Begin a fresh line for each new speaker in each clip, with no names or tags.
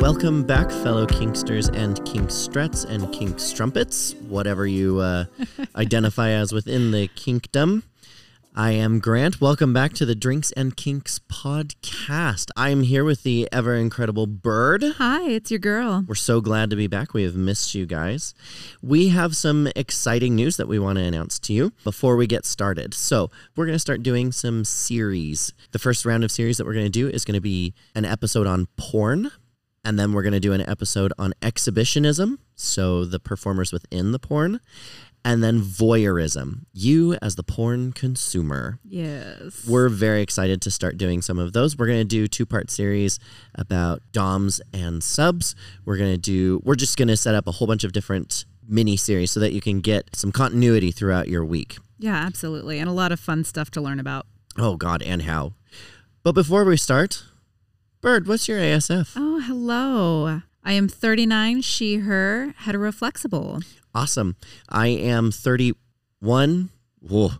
Welcome back, fellow kinksters and kinkstrets and kinkstrumpets, whatever you uh, identify as within the kinkdom. I am Grant. Welcome back to the Drinks and Kinks podcast. I am here with the ever incredible Bird.
Hi, it's your girl.
We're so glad to be back. We have missed you guys. We have some exciting news that we want to announce to you before we get started. So, we're going to start doing some series. The first round of series that we're going to do is going to be an episode on porn, and then we're going to do an episode on exhibitionism, so the performers within the porn, and then voyeurism, you as the porn consumer.
Yes.
We're very excited to start doing some of those. We're going to do two part series about DOMs and subs. We're going to do, we're just going to set up a whole bunch of different mini series so that you can get some continuity throughout your week.
yeah, absolutely. And a lot of fun stuff to learn about.
Oh, God, and how. But before we start, Bird, what's your ASF?
Oh, hello. I am 39, she, her, heteroflexible.
Awesome. I am 31. Whoa.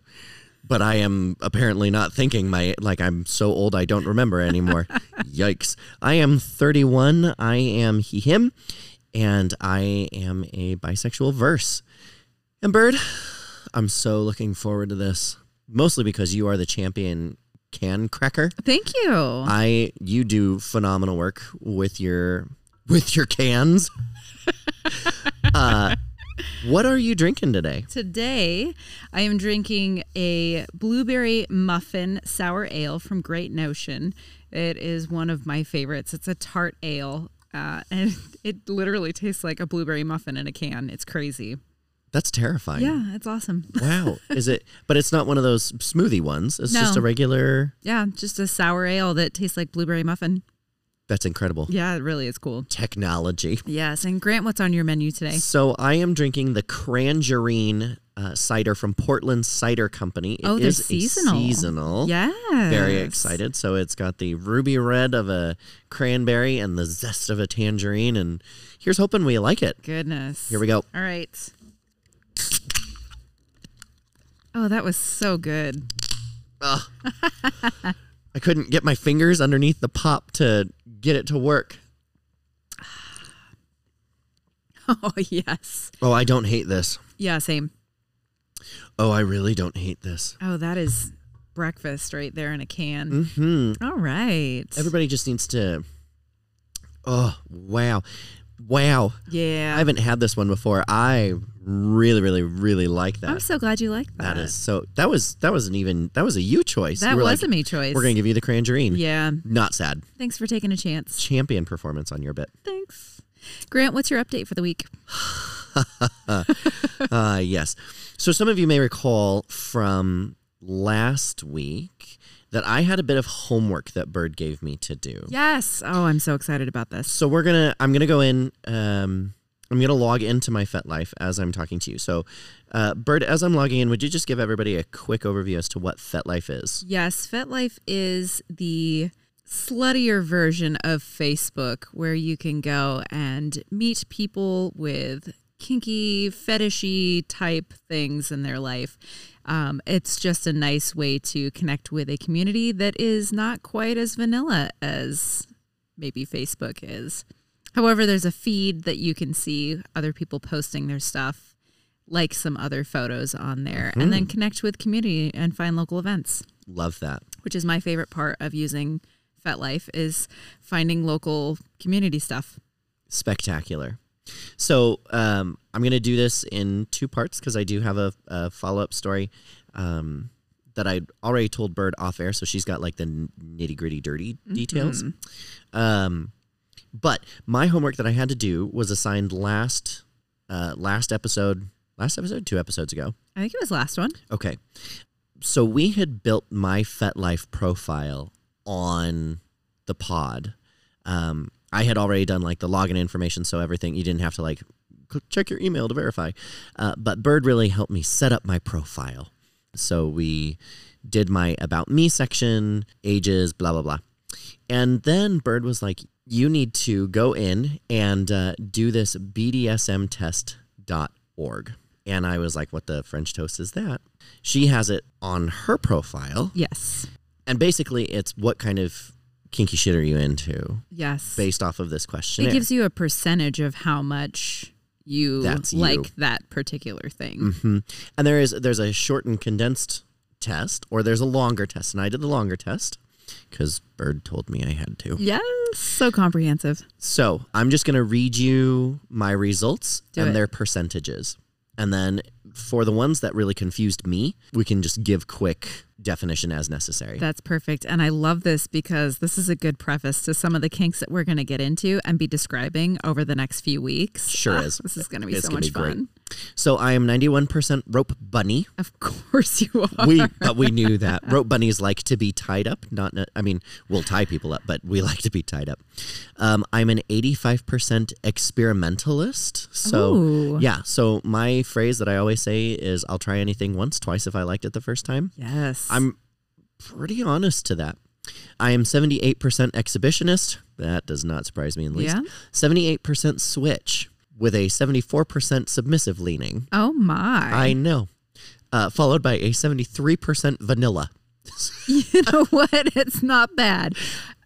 But I am apparently not thinking my like I'm so old I don't remember anymore. Yikes. I am 31. I am he him and I am a bisexual verse. And Bird, I'm so looking forward to this. Mostly because you are the champion can cracker.
Thank you.
I you do phenomenal work with your with your cans. uh, what are you drinking today?
Today, I am drinking a blueberry muffin sour ale from Great Notion. It is one of my favorites. It's a tart ale, uh, and it literally tastes like a blueberry muffin in a can. It's crazy.
That's terrifying.
Yeah, it's awesome.
Wow. Is it? But it's not one of those smoothie ones. It's just
No.
a regular.
Yeah, just a sour ale that tastes like blueberry muffin.
That's incredible
Yeah, it really is cool.
technology.
Yes, and Grant, what's on your menu today?
So I am drinking the Crangerine uh, cider from Portland Cider Company. It
Oh, they're
is a
seasonal.
seasonal.
Yeah.
Very excited. So it's got the ruby red of a cranberry and the zest of a tangerine. And here's hoping we like it.
Goodness.
Here we go.
All right. Oh, that was so good.
Ugh. I couldn't get my fingers underneath the pop to get it to work.
Oh, yes.
Oh, I don't hate this.
Yeah, same.
Oh, I really don't hate this.
Oh, that is breakfast right there in a can. Mm-hmm. All right.
Everybody just needs to. Oh, wow. Wow.
yeah.
I haven't had this one before. I really, really, really like
I'm
that.
so glad you like
That
that.
is so. That was that was an even that was a you choice.
That
You were
was
like,
a me choice.
We're gonna give you the crangerine.
yeah.
Not sad.
Thanks for taking a chance.
Champion performance on your bit.
Thanks. Grant, what's your update for the week?
Uh, yes. So some of you may recall from last week that I had a bit of homework that Bird gave me to do.
Yes. Oh, I'm so excited about this.
So we're gonna. I'm gonna go in. Um, I'm gonna log into my FetLife as I'm talking to you. So, uh, Bird, as I'm logging in, would you just give everybody a quick overview as to what FetLife is?
Yes, FetLife is the sluttier version of Facebook where you can go and meet people with kinky, fetishy type things in their life. Um, it's just a nice way to connect with a community that is not quite as vanilla as maybe Facebook is. However, there's a feed that you can see other people posting their stuff, like some other photos on there, and then connect with community and find local events
Love that.
which is my favorite part of using FetLife is finding local community stuff.
Spectacular. So um, I'm gonna do this in two parts because I do have a, a follow up story um, that I already told Bird off air, so she's got like the nitty gritty dirty details. Um, but my homework that I had to do was assigned last uh, last episode, last episode, two episodes ago.
I think it was last one.
Okay. So we had built my FetLife profile on the pod. Um, I had already done like the login information, so everything you didn't have to like cl- check your email to verify. Uh, but Bird really helped me set up my profile. So we did my about me section, ages, blah blah blah, and then Bird was like, "You need to go in and uh, do this BDSMtest.org." And I was like, "What the French toast is that?" She has it on her profile,
Yes.
and basically, it's what kind of kinky shit are you into
Yes.
based off of this
it
questionnaire.
gives you a percentage of how much you
That's you.
like that particular thing.
hmm And there is there's a short and condensed test, or there's a longer test, and I did the longer test because Bird told me I had to.
Yes. So comprehensive.
So I'm just gonna read you my results
Do
and
it.
their percentages, and then for the ones that really confused me, we can just give quick definition as necessary.
That's perfect. And I love this because this is a good preface to some of the kinks that we're going to get into and be describing over the next few weeks.
Sure
Ah,
is.
This is going to be
It's
so
gonna
much
be great.
fun.
so I am 91% rope bunny.
Of course you are.
We but we knew that rope bunnies like to be tied up. Not I mean we'll tie people up, but we like to be tied up. Um, I'm an 85% experimentalist. So
Ooh.
yeah. So my phrase that I always say is I'll try anything once, twice if I liked it the first time.
Yes.
I'm pretty honest to that. I am 78% exhibitionist. That does not surprise me in the least.
Yeah.
78% switch with a 74% submissive leaning.
Oh my.
I know. Uh, followed by a 73% vanilla.
you know what? It's not bad.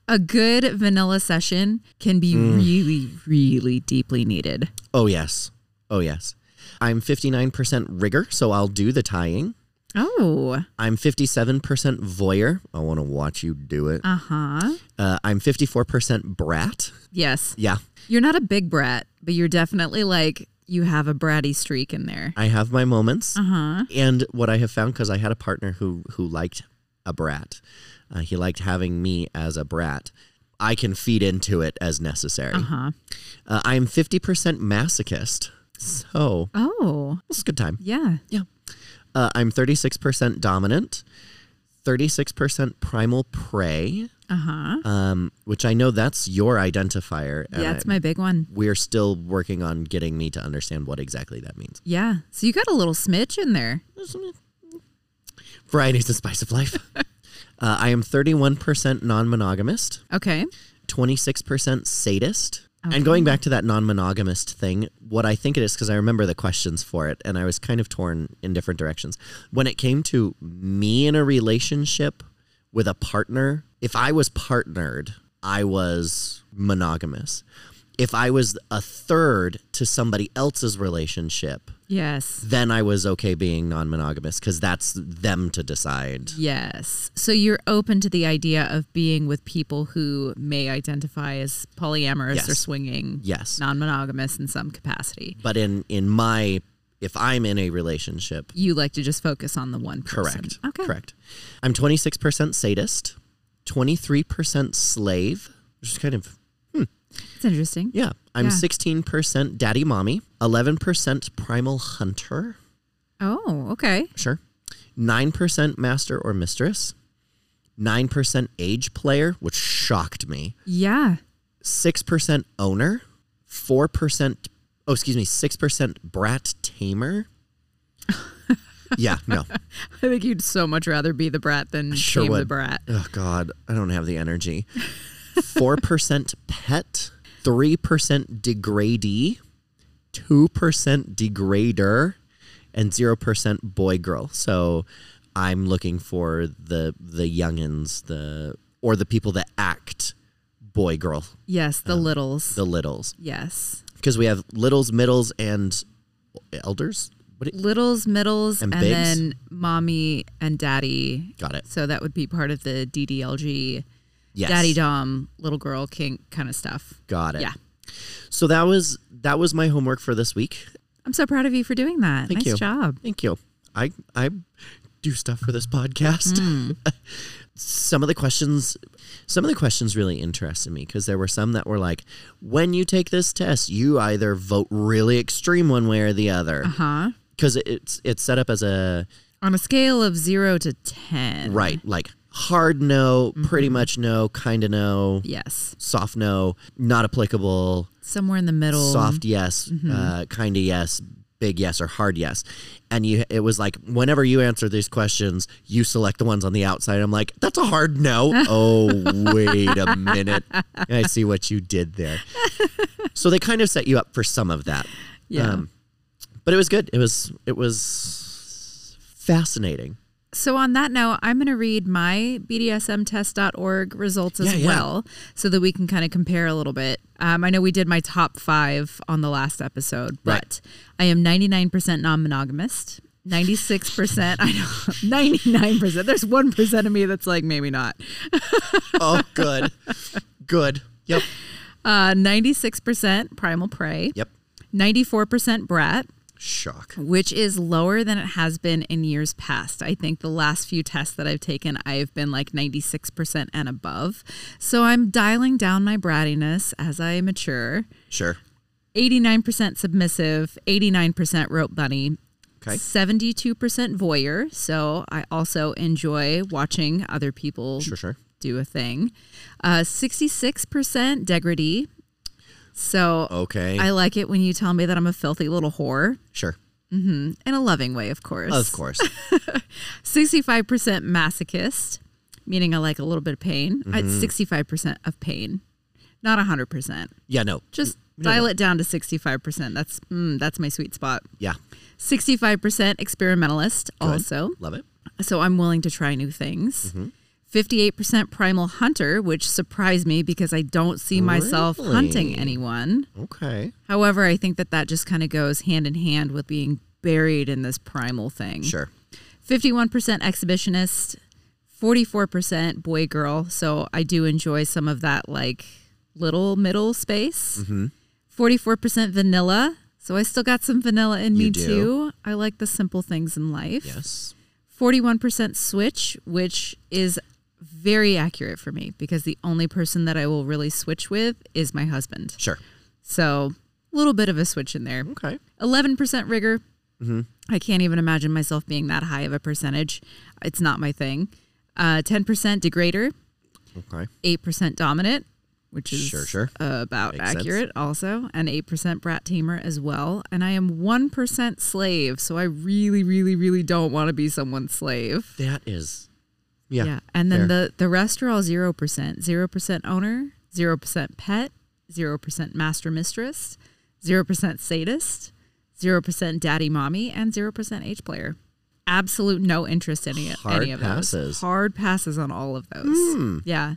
A good vanilla session can be
Mm.
really, really deeply needed.
Oh, yes. Oh, yes. I'm 59% rigor, so I'll do the tying.
Oh,
I'm 57% voyeur. I want to watch you do it.
uh huh.
Uh, I'm 54% brat.
Yes.
Yeah,
You're not a big brat, but you're definitely like, you have a bratty streak in there.
I have my moments.
Uh huh.
And what I have found, because I had a partner who who liked a brat, uh, he liked having me as a brat. I can feed into it as necessary.
Uh huh.
Uh, I am fifty percent masochist, so
Oh,
this is a good time.
yeah.
Uh, I'm thirty six percent dominant, thirty six percent primal prey,
Uh huh.
um, which I know that's your identifier. and
Yeah, it's
I-
my big one.
We're still working on getting me to understand what exactly that means.
Yeah. So you got a little smidge in there.
Variety's the spice of life. uh, I am 31% non monogamist,
Okay.
26% sadist. And going back to that non monogamist thing, what I think it is, because I remember the questions for it and I was kind of torn in different directions. When it came to me in a relationship with a partner, if I was partnered, I was monogamous. If I was a third to somebody else's relationship,
Yes.
then I was okay being non monogamous because that's them to decide.
Yes. So you're open to the idea of being with people who may identify as polyamorous or
Yes.
swinging,
Yes.
non monogamous in some capacity.
But in in my if I'm in a relationship,
You like to just focus on the one person.
correct.
Okay.
Correct. I'm 26% sadist, 23% slave, which is kind of
It's interesting.
yeah. I'm
Yeah.
16% daddy mommy, 11% primal hunter,
Oh, okay.
sure. 9% master or mistress, 9% age player, which shocked me.
Yeah.
six percent owner, four percent. Oh, excuse me, six percent brat tamer. yeah, no,
I think you'd so much rather be the brat than
sure
tame
would.
the brat.
Oh God, I don't have the energy. Four percent pet, three percent degradee, two percent degrader, and zero percent boy girl. So, I'm looking for the the youngins, the or the people that act boy girl,
Yes, the littles.
Um, the littles.
yes.
because we have littles, middles, and elders. What do you-
Littles, middles,
And
and,
bigs?
then mommy and daddy.
got it?
So that would be part of the DDLG,
Yes,
daddy dom, little girl kink kind of stuff.
got it.
Yeah.
So that was that was my homework for this week.
I'm so proud of you for doing that.
Thank
nice
you.
job.
Thank you. I I do stuff for this podcast. some of the questions, some of the questions really interested me because there were some that were like, when you take this test, you either vote really extreme one way or the other
Uh huh.
because it's it's set up as a
On a scale of zero to 10.
right like hard no, pretty much no, kind of no.
Yes.
soft no, not applicable,
Somewhere in the middle.
soft yes,
Mm-hmm.
uh, kind of yes, big yes, or hard yes. And you, it was like whenever you answer these questions, you select the ones on the outside. I'm like, that's a hard no. oh, wait a minute. I see what you did there. so they kind of set you up for some of that. um,
Yeah.
but it was good. It was it was fascinating.
So, on that note, I'm going to read my BDSMtest.org results as
Yeah, yeah.
well so that we can kind of compare a little bit. Um, I know we did my top five on the last episode, but
Right.
I am 99% non monogamist. 96%, I know, 99%. There's 1% of me that's like, maybe not.
Oh, good. good. Yep.
Uh, 96% primal prey,
Yep.
94% brat,
Shock.
which is lower than it has been in years past. I think the last few tests that I've taken, I've been like 96% and above. So I'm dialing down my brattiness as I mature.
Sure.
89% submissive, 89% rope bunny.
Okay.
72% voyeur. So I also enjoy watching other people
Sure, sure.
do a thing. Uh, 66% degradee. So
Okay.
I like it when you tell me that I'm a filthy little whore
sure.
in a loving way, of course.
Of course.
65% masochist, meaning I like a little bit of pain. At
Mm-hmm.
65% of pain, not 100%.
Yeah, no.
Just
No,
dial
no.
it down to 65%. That's mm, that's my sweet spot.
Yeah.
65% experimentalist also.
Love it.
So I'm willing to try new things.
Mm-hmm.
58% primal hunter, which surprised me because I don't see myself hunting
Really?
anyone.
Okay.
However, I think that that just kind of goes hand in hand with being buried in this primal thing.
Sure.
51% exhibitionist, 44% boy girl. So I do enjoy some of that like little middle space.
Mm-hmm.
44% vanilla. So I still got some vanilla in me
You do.
too. I like the simple things in life.
Yes.
41% switch, which is very accurate for me because the only person that I will really switch with is my husband.
Sure.
So a little bit of a switch in there.
Okay.
11% rigor.
Mm-hmm.
I can't even imagine myself being that high of a percentage. It's not my thing. Uh, 10% degrader,
Okay.
8% dominant, which is
Sure, sure.
about
Makes sense.
accurate also, and 8% brat tamer as well. And I am 1% slave, so I really, really, really don't want to be someone's slave.
That is. Yeah.
Yeah. And then
fair.
the, the rest are all 0%. 0% owner, 0% pet, 0% master mistress, 0% sadist, 0% daddy mommy, and 0% H player. Absolute no interest in any,
Hard
any of those.
passes. Hmm.
Hard passes on all of those. Yeah.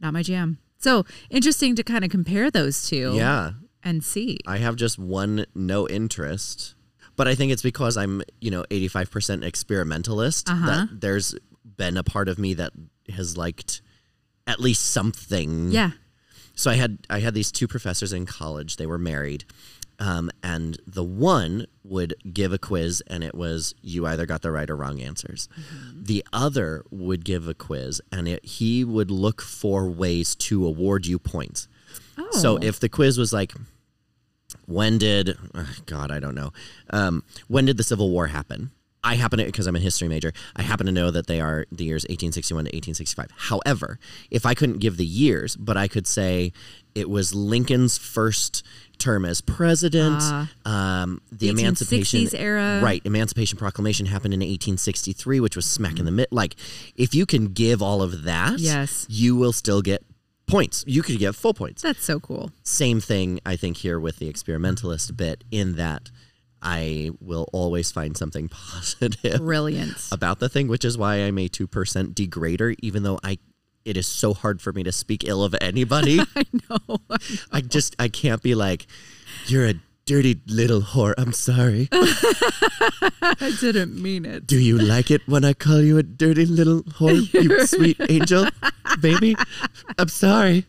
Not my jam. So interesting to kind of compare those two
Yeah.
and see.
I have just one no interest, but I think it's because I'm, you know, 85% experimentalist
Uh-huh.
that there's been a part of me that has liked at least something.
Yeah.
so I had I had these two professors in college. They were married, um, and the one would give a quiz, and it was you either got the right or wrong answers. The other would give a quiz, and it, he would look for ways to award you points.
Oh.
So if the quiz was like, when did ugh, God I don't know, um, when did the Civil War happen? I happen to because I'm a history major. I happen to know that they are the years 1861 to 1865. However, if I couldn't give the years, but I could say it was Lincoln's first term as president.
Ah.
um, the
The
Emancipation
1860s era.
right? Emancipation Proclamation happened in 1863, which was smack in the mid. Like, if you can give all of that,
Yes.
you will still get points. You could get full points
that's so cool.
same thing I think here with the experimentalist bit in that I will always find something positive
Brilliant.
about the thing, which is why I'm a two percent degrader, even though I it is so hard for me to speak ill of anybody.
I know.
I just I can't be like, You're a dirty little whore, I'm sorry.
I didn't mean it.
Do you like it when I call you a dirty little whore, you sweet angel, baby? I'm sorry.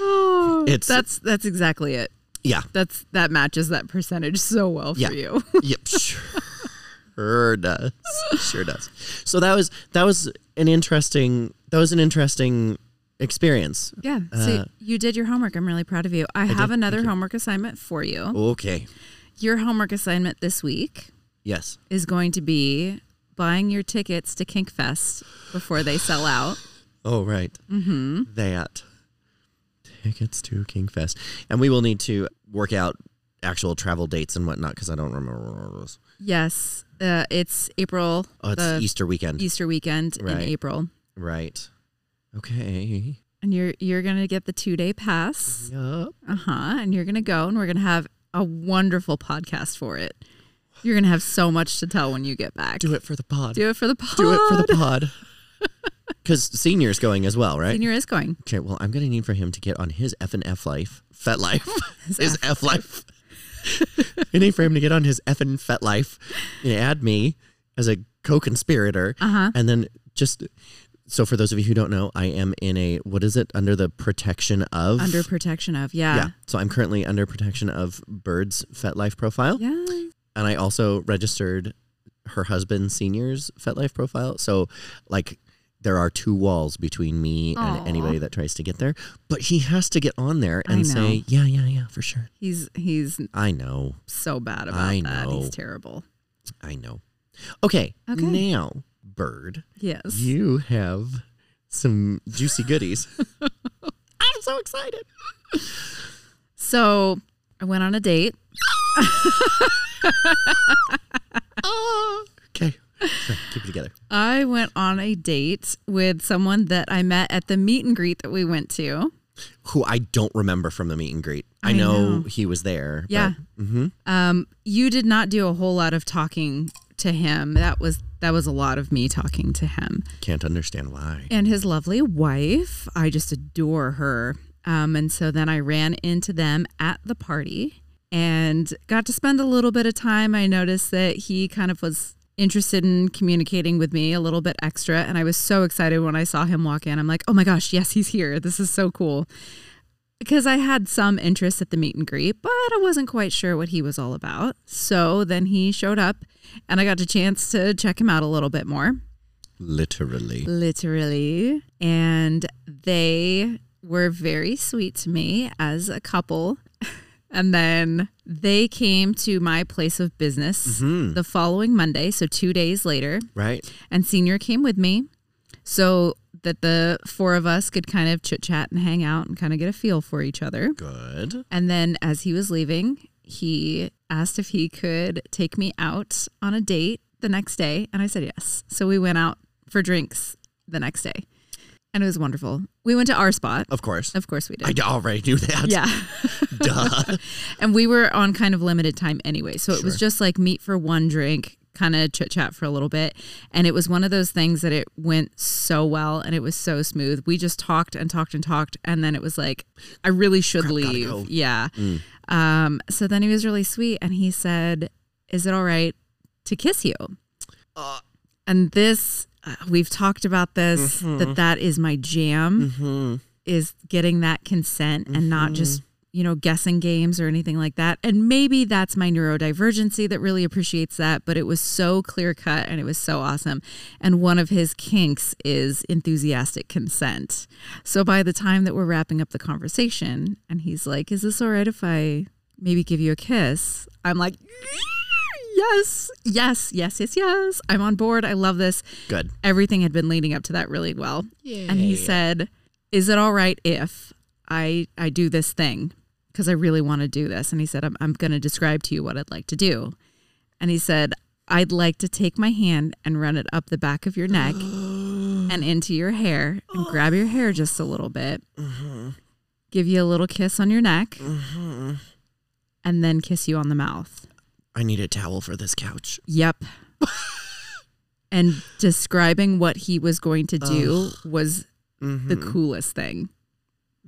Oh,
It's-
that's that's exactly it.
Yeah.
That's that matches that percentage so well
Yeah.
for you.
Yep, sure does. Sure does. So that was that was an interesting that was an interesting experience.
Yeah. So
Uh,
you did your homework. I'm really proud of you. I, have another homework assignment for
Oh.
you.
Okay.
Your homework assignment this week
Yes.
is going to be buying your tickets to Kinkfest before they sell out.
Oh right. Mm-hmm. That tickets to Kingfest, and we will need to work out actual travel dates and whatnot because I don't remember. those.
Yes. Uh, it's April
Oh, it's
the
Easter weekend,
Easter weekend in
Right.
April.
right? Okay.
And you're you're gonna get the two day pass. Uh-huh.
Yup.
Uh huh. And you're gonna go and we're gonna have a wonderful podcast for it. You're going to have so much to tell when you get back.
Do it for the pod.
Do it for the pod.
Do it for the pod. Because senior's going as well, right?
Senior is going.
Okay, well, I'm going to need for him to get on his F and F life, Fet life, his, F life. I need for him to get on his F and Fet life and add me as a co conspirator.
Uh-huh.
And then just so for those of you who don't know, I am in a, what is it, under the protection of?
Under protection of,
yeah.
yeah.
So I'm currently under protection of Bird's Fet life profile.
Yeah.
and I also registered her husband senior's FetLife profile. So like there are two walls between me
Aw.
and anybody that tries to get there. But he has to get on there
I
and
know.
say, Yeah, yeah, yeah, for sure.
He's he's
I know.
so bad about
I
that.
know.
He's terrible.
I know. Okay.
Okay.
Now, Bird,
Yes.
you have some juicy goodies. I'm so excited.
So I went on a date.
Ah. Okay. Okay, Keep it together.
I went on a date with someone that I met at the meet and greet that we went to.
Who I don't remember from the meet and greet. I,
I
know,
know.
he was there.
Yeah.
hmm
Um, you did not do a whole lot of talking to him. That was that was a lot of me talking to him
Can't understand why.
and his lovely wife. I just adore her. Um, and so then I ran into them at the party and got to spend a little bit of time. I noticed that he kind of was interested in communicating with me a little bit extra. And I was so excited when I saw him walk in. I'm like, oh my gosh, yes, he's here. This is so cool. Because I had some interest at the meet and greet, but I wasn't quite sure what he was all about. So then he showed up and I got a chance to check him out a little bit more
Literally.
literally and they were very sweet to me as a couple and then they came to my place of business the following monday so 2 days later
Right?
and senior came with me so that the four of us could kind of chit chat and hang out and kind of get a feel for each other
Good.
and then as he was leaving, he asked if he could take me out on a date the next day. And I said yes. So we went out for drinks the next day. And it was wonderful. We went to our spot.
Of course.
Of course we did.
Oh. I already knew that.
yeah.
Duh.
and we were on kind of limited time anyway. So it was
Sure.
just like meet for one drink, kind of chit chat for a little bit. And it was one of those things that it went so well and it was so smooth. We just talked and talked and talked. And then it was like, I really should
Crap, gotta
leave.
go. Mm.
Yeah. Um, so then he was really sweet and he said, Is it all right to kiss you?
Uh,
And this, uh, we've talked about this,
Mm-hmm.
that that is my jam
hmm
is getting that consent and not just you know guessing games or anything like that and maybe that's my neurodivergency that really appreciates that but it was so clear cut and it was so awesome and one of his kinks is enthusiastic consent so by the time that we're wrapping up the conversation and he's like is this all right if i maybe give you a kiss i'm like yes yes yes yes yes i'm on board i love this
Good.
everything had been leading up to that really well. And he said, "Is it all right if I I do this thing because I really want to do this?" And he said, "I'm I'm going to describe to you what I'd like to do." And he said, "I'd like to take my hand and run it up the back of your neck
Mm-hmm.
and into your hair and grab your hair just a little bit. Give you a little kiss on your neck." And then kiss you on the mouth.
I need a towel for this couch.
Yep. and describing what he was going to do was
Mm-hmm.
the
Mm.
coolest thing.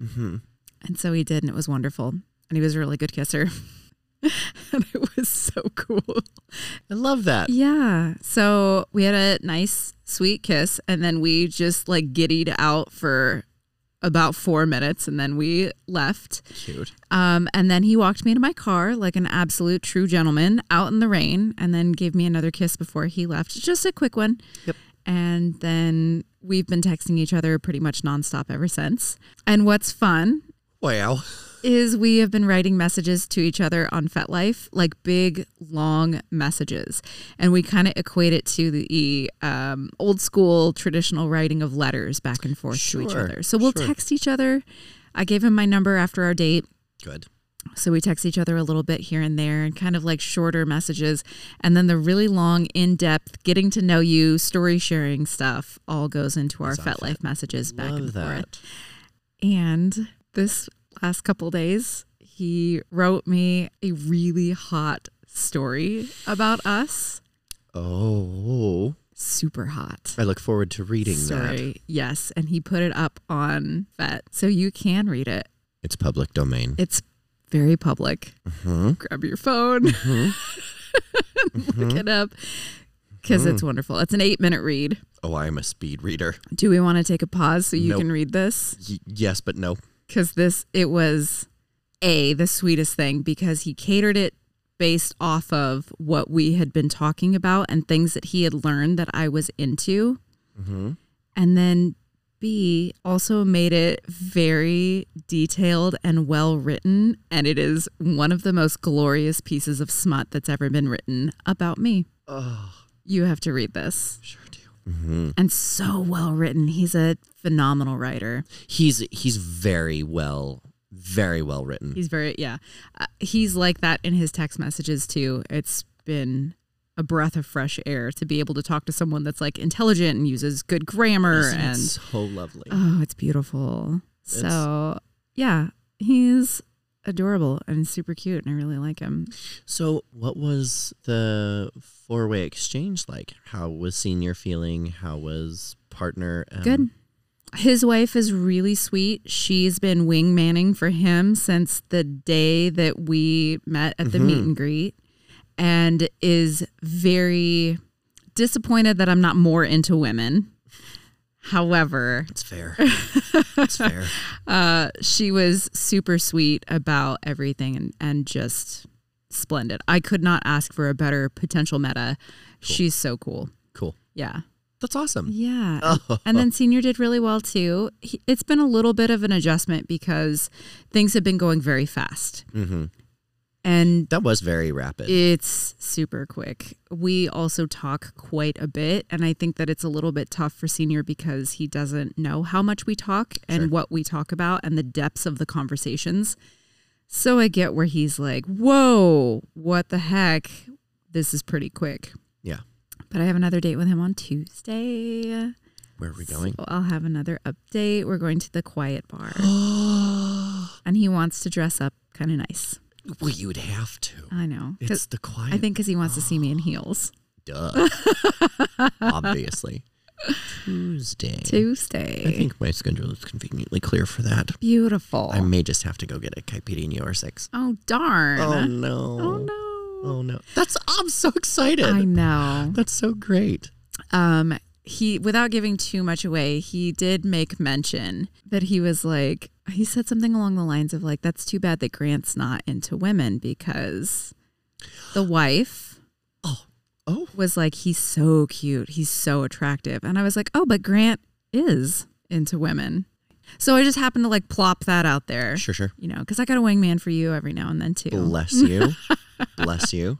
hmm
And so he did, and it was wonderful. And he was a really good kisser. and it was so cool.
I love that.
Yeah. So we had a nice, sweet kiss, and then we just like giddied out for about four minutes, and then we left.
Cute.
Um, and then he walked me to my car like an absolute true gentleman out in the rain and then gave me another kiss before he left. Just a quick one.
Yep.
And then we've been texting each other pretty much nonstop ever since. And what's fun
Wow.
is we have been writing messages to each other on FetLife, like big, long messages. And we kind of equate it to the um, old school traditional writing of letters back and forth to each
Sure,
other. So we'll
sure.
text each other. I gave him my number after our date.
Good.
So we text each other a little bit here and there and kind of like shorter messages. And then the really long, in depth, getting to know you, story sharing stuff all goes into our
It's on
FetLife messages back
love
and forth.
that.
And this last couple days, he wrote me a really hot, story about us.
Oh,
Super hot.
I look forward to reading that.
Sorry. Yes. And he put it up on FET. So you can read it.
It's public domain.
It's very public.
Mhm.
Grab your phone,
Mm-hmm.
look it up because it's
Mm.
wonderful. It's an eight minute read.
Oh, I'm a speed reader.
Do we want to take a pause so you
Nope.
can read this?
Y- yes, but no.
Because this, it was A, the sweetest thing because he catered it based off of what we had been talking about and things that he had learned that I was into.
Mm-hmm.
And then B also made it very detailed and well written. And it is one of the most glorious pieces of smut that's ever been written about me.
Oh,
You have to read this.
sure do. hmm
And so well written. He's a phenomenal writer.
He's he's very well, very well written.
He's very, yeah. Uh, he's like that in his text messages too. It's been a breath of fresh air to be able to talk to someone that's like intelligent and uses good grammar
Isn't it
and
so lovely.
Oh, it's beautiful.
It's-
so, yeah, he's adorable and super cute, and I really like him.
so, what was the four way exchange like? How was senior feeling? How was partner? Um,
Good. His wife is really sweet. She's been wingmanning for him since the day that we met at the meet and greet and is very disappointed that I'm not more into women. However,
It's fair. it's fair.
uh, she was super sweet about everything and, and just splendid. I could not ask for a better potential meta. She's so cool.
Cool.
Yeah.
That's awesome. Oh,
Yeah. And- And then Senior did really well too. He, it's been a little bit of an adjustment because things have been going very fast.
hmm
And
That was very rapid.
it's super quick. We also talk quite a bit, and I think that it's a little bit tough for senior because he doesn't know how much we talk and
Sure.
what we talk about and the depths of the conversations. So I get where he's like, "Whoa, what the heck? This is pretty quick."
Yeah.
But I have another date with him on Tuesday.
Where are we going?
So I'll have another update. We're going to the quiet bar, and he wants to dress up kind of nice.
well, you would have to.
I know. 'Cause-
It's the quiet.
I think because he wants to see me in heels.
Duh. Obviously. Tuesday. I
Tuesday.
think my schedule is conveniently clear for that.
Beautiful.
I may just have to go get a caipirinha or six.
oh darn.
Oh no.
Oh, no.
Oh no. That's I'm so excited.
I know.
That's so great.
Um he without giving too much away, he did make mention that he was like he said something along the lines of like that's too bad that Grant's not into women because the wife
Oh. Oh.
was like he's so cute, he's so attractive. And I was like, "Oh, but Grant is into women." So I just happened to like plop that out there.
Sure, sure.
You know, because I got a wingman for you every now and then too.
Bless you. Bless you.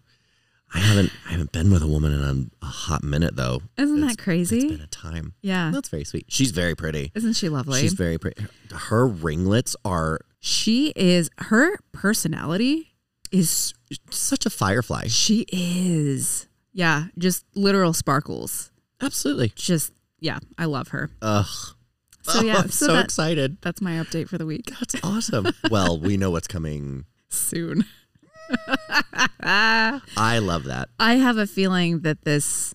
I haven't I haven't been with a woman in a, a hot minute though.
Isn't
It's-
that crazy?
It's been a time.
yeah.
That's very sweet. She's very pretty.
Isn't she lovely?
She's very pretty. Her, her ringlets are
she is, her personality is,
such a firefly.
she is, yeah, just literal sparkles.
Absolutely.
Just, yeah, I love her.
Ugh.
So, yeah,
Oh, I'm
so
so
that-
excited.
That's my update for the week.
That's awesome. well, we know what's coming.
Soon. I
I love that.
have a feeling that this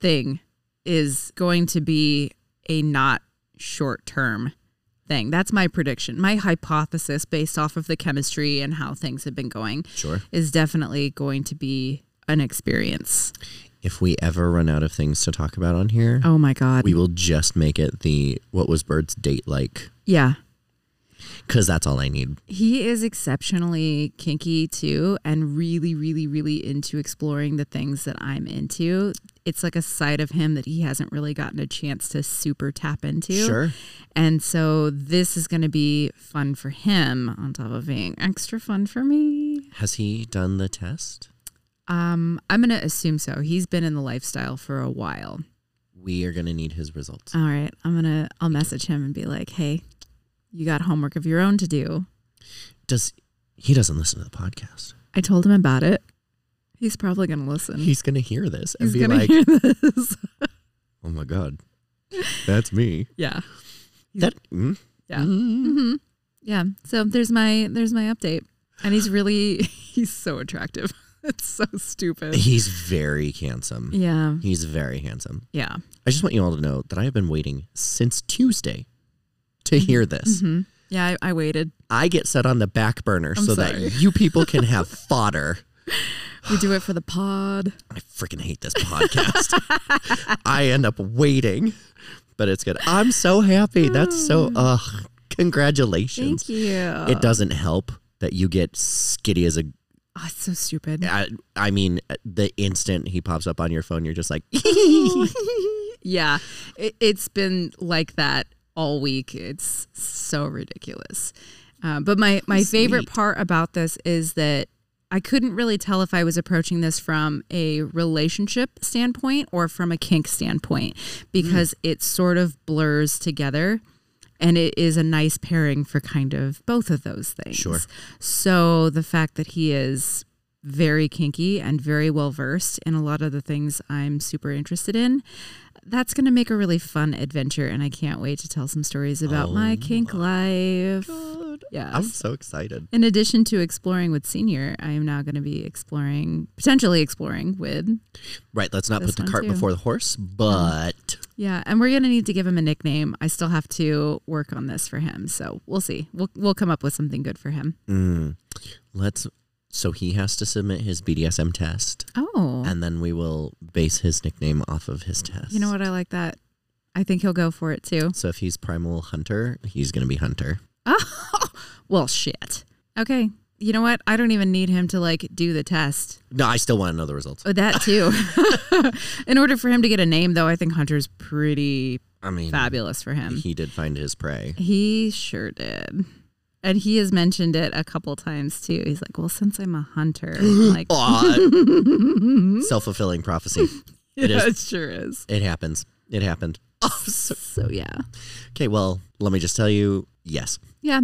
thing is going to be a not short term thing. That's my prediction, my hypothesis based off of the chemistry and how things have been going.
Sure.
is definitely going to be an experience.
If we ever run out of things to talk about on here,
Oh my God.
we will just make it the what was Bird's date like?
yeah.
Because that's all I need.
He is exceptionally kinky too, and really, really, really into exploring the things that I'm into. It's like a side of him that he hasn't really gotten a chance to super tap into.
Sure.
And so this is going to be fun for him on top of being extra fun for me.
Has he done the test?
Um, I'm going to assume so. He's been in the lifestyle for a while.
We are going to need his results.
All right, I'm gonna I'll message him and be like, "Hey, you got homework of your own to do."
Does he doesn't listen to the podcast?
I told him about it. He's probably gonna listen.
He's going to hear this and
He's
be
gonna
like,
hear this.
"Oh my god, that's me."
yeah,
That mm,
yeah,
mm.
hmm yeah. So there's my there's my update, and he's really he's so attractive. It's so stupid.
He's very handsome.
Yeah.
He's very handsome.
Yeah.
I just want you all to know that I have been waiting since Tuesday to hear this.
hmm Yeah, I, I waited.
I get set on the back burner
I'm
so
sorry.
that you people can have fodder.
We do it for the pod.
I freaking hate this podcast. I end up waiting, but it's good. I'm so happy. That's so, ugh, congratulations.
Mm. Thank you.
It doesn't help that you get skitty as a.
Oh, it's so stupid.
I, I mean, the instant he pops up on your phone, you're just like,
yeah. It, it's been like that all week. It's so ridiculous. Uh, but my, my favorite
Sweet.
part about this is that I couldn't really tell if I was approaching this from a relationship standpoint or from a kink standpoint because it sort of blurs together. And it is a nice pairing for kind of both of those things.
Sure.
So the fact that he is very kinky and very well versed in a lot of the things I'm super interested in, that's going to make a really fun adventure. And I can't wait to tell some stories about
Oh
my kink life.
God. I'm
Yes.
so excited.
In addition to exploring with Senior, I am now going to be exploring, potentially exploring with.
Right, let's not
This
put the
one
cart
too.
before the horse, but
Yeah, and we're going to need to give him a nickname. I still have to work on this for him. So we'll see. We'll, we'll come up with something good for him.
mm, let's. So he has to submit his BDSM test,
Oh.
and then we will base his nickname off of his test.
You know what? I like that. I think he'll go for it too.
So if he's Primal Hunter, he's going to be Hunter.
Oh, well, shit. Okay. You know what? I don't even need him to like do the test.
No, I still want to know the results.
Oh, that too. In order for him to get a name, though, I think Hunter's pretty
I mean,
fabulous for him.
he did find his prey.
He sure did. And he has mentioned it a couple times too. He's like, well, since I'm a hunter, I'm like,
Aw, self fulfilling prophecy. it
yeah,
is.
it sure is.
It happens. It happened. Oh, so-
So, yeah.
okay, well, let me just tell you yes.
Yeah.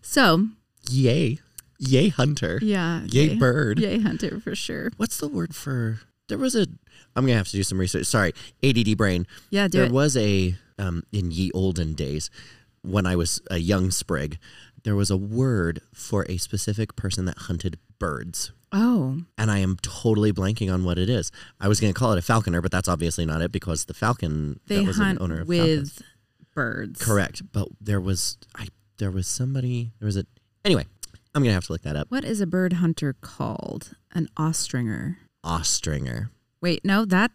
So,
Yay. Yay, Hunter.
yeah.
Yay, bird.
Yay, hunter for sure.
what's the word for there was a i'm gonna have to do some research sorry add brain
Yeah, do
there
it.
was a um, in ye olden days when i was a young sprig there was a word for a specific person that hunted birds
oh,
and i am totally blanking on what it is i was gonna call it a falconer but that's obviously not it because the falcon
they
that was
hunt
an owner of falcons.
with birds.
correct but there was i there was somebody there was a anyway i'm gonna have to look that up
What is a bird hunter called? An ostringer.
ostringer
Wait, no, that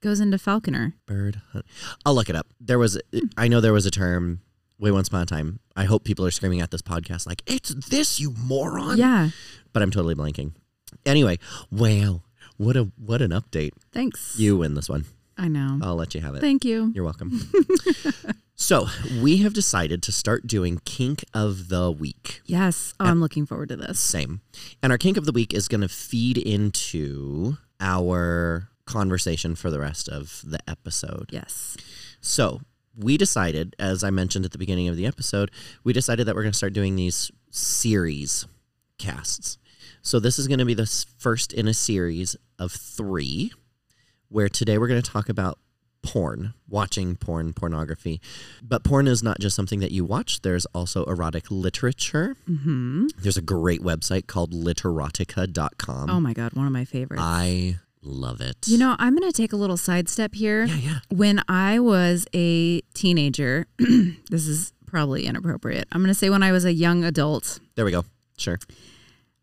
goes into falconer.
Bird hunt. I'll look it up. There was, I know there was a term way once upon a time. I hope people are screaming at this podcast like, it's this, you moron.
Yeah,
But I'm totally blanking. Anyway, wow. What a what an update.
thanks.
You win this one.
I know.
I'll let you have it.
Thank you.
You're welcome. so we have decided to start doing kink of the week.
Yes. Oh, I'm looking forward to this.
Same. And our kink of the week is gonna feed into our conversation for the rest of the episode.
Yes.
So we decided, as I mentioned at the beginning of the episode, we decided that we're going to start doing these series casts. So this is going to be the s- first in a series of three, where today we're going to talk about porn, watching porn, pornography. But porn is not just something that you watch. There's also erotic literature.
hmm
There's a great website called literotica.com.
Oh my God, one of my
uh,
favorites.
I love it.
you know, I'm going to take a little sidestep here.
yeah, yeah.
When I was a teenager, this is probably inappropriate. I'm going to say when I was a young adult,
There we go. Sure.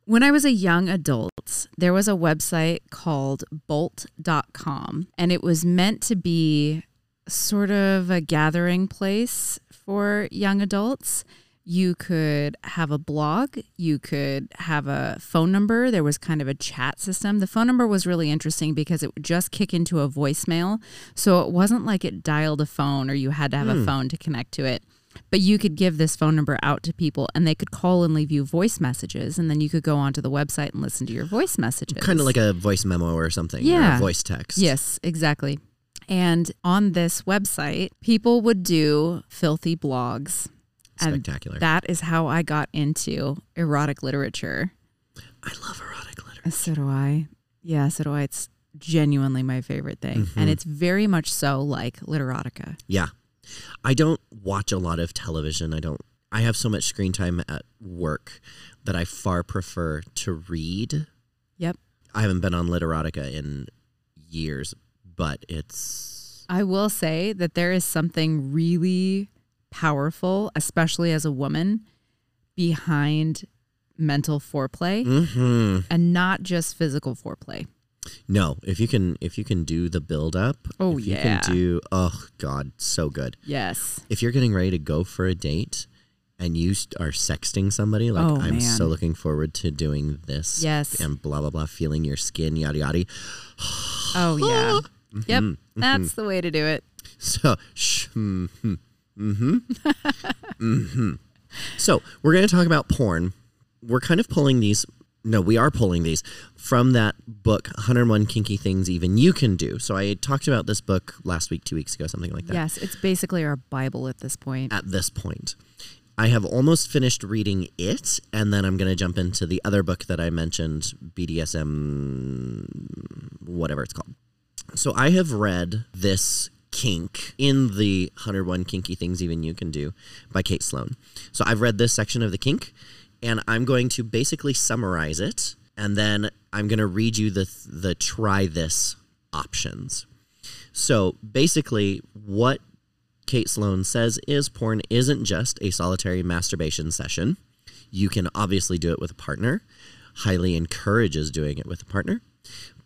When I was a young adult, there was a website called bolt.com, and it was meant to be sort of a gathering place for young adults. You could have a blog, you could have a phone number. There was kind of a chat system. The phone number was really interesting because it would just kick into a voicemail. So it wasn't like it dialed a phone or you had to have a phone to connect to it but you could give this phone number out to people and they could call and leave you voice messages and then you could go onto the website and listen to your voice messages
Kind of like a voice memo or something. Or
Yeah.
a voice text.
yes exactly and on this website people would do filthy blogs and
Spectacular.
that is how i got into erotic literature
I love erotic literature.
so do i yeah so do i it's genuinely my favorite thing and it's very much so like literotica
Yeah. I don't watch a lot of television. I don't I have so much screen time at work that I far prefer to read
yep
I haven't been on Literotica in years, but it's
I will say that there is something really powerful, especially as a woman, behind mental foreplay
Mhm.
and not just physical foreplay.
no. If you can, if you can do the build up,
Oh,
if you
yeah.
can do. Oh God, so good.
Yes.
If you're getting ready to go for a date, and you st- are sexting somebody, like
Oh,
I'm so
man.
looking forward to doing this.
Yes.
And blah blah blah, feeling your skin, yada yada.
Oh, yeah.
Mm-hmm.
Yep. That's the way to do it.
So, shh, mm-hmm, mm-hmm, mm-hmm. So, we're going to talk about porn. We're kind of pulling these. No, we are pulling these from that book, 101 Kinky Things Even You Can Do. So, I talked about this book last week, two weeks ago, something like that.
Yes. It's basically our Bible at this point.
At this point, I have almost finished reading it, and then I'm going to jump into the other book that I mentioned, BDSM, whatever it's called. So I have read this kink in the 101 Kinky Things Even You Can Do by Kate Sloan. So I've read this section of the kink, and I'm going to basically summarize it, and then I'm going to read you the the try this options. So basically, what Kate Sloan says is porn isn't just a solitary masturbation session. You can obviously do it with a partner, highly encourages doing it with a partner.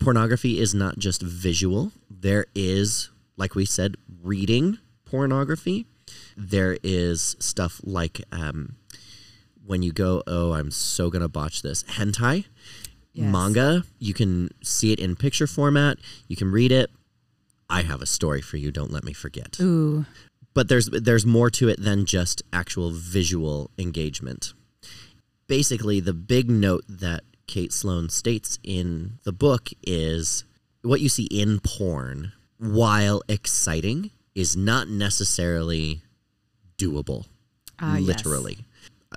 Pornography is not just visual, there is, like we said, reading pornography. There is stuff like um, when you go, oh, I'm so going to botch this, hentai,
Yes.
manga. You can see it in picture format, you can read it. I have a story for you. Don't let me forget
Ooh.
but there's there's more to it than just actual visual engagement. Basically, the big note that Kate Sloan states in the book is what you see in porn, while exciting, is not necessarily doable
Ah, yes.
literally.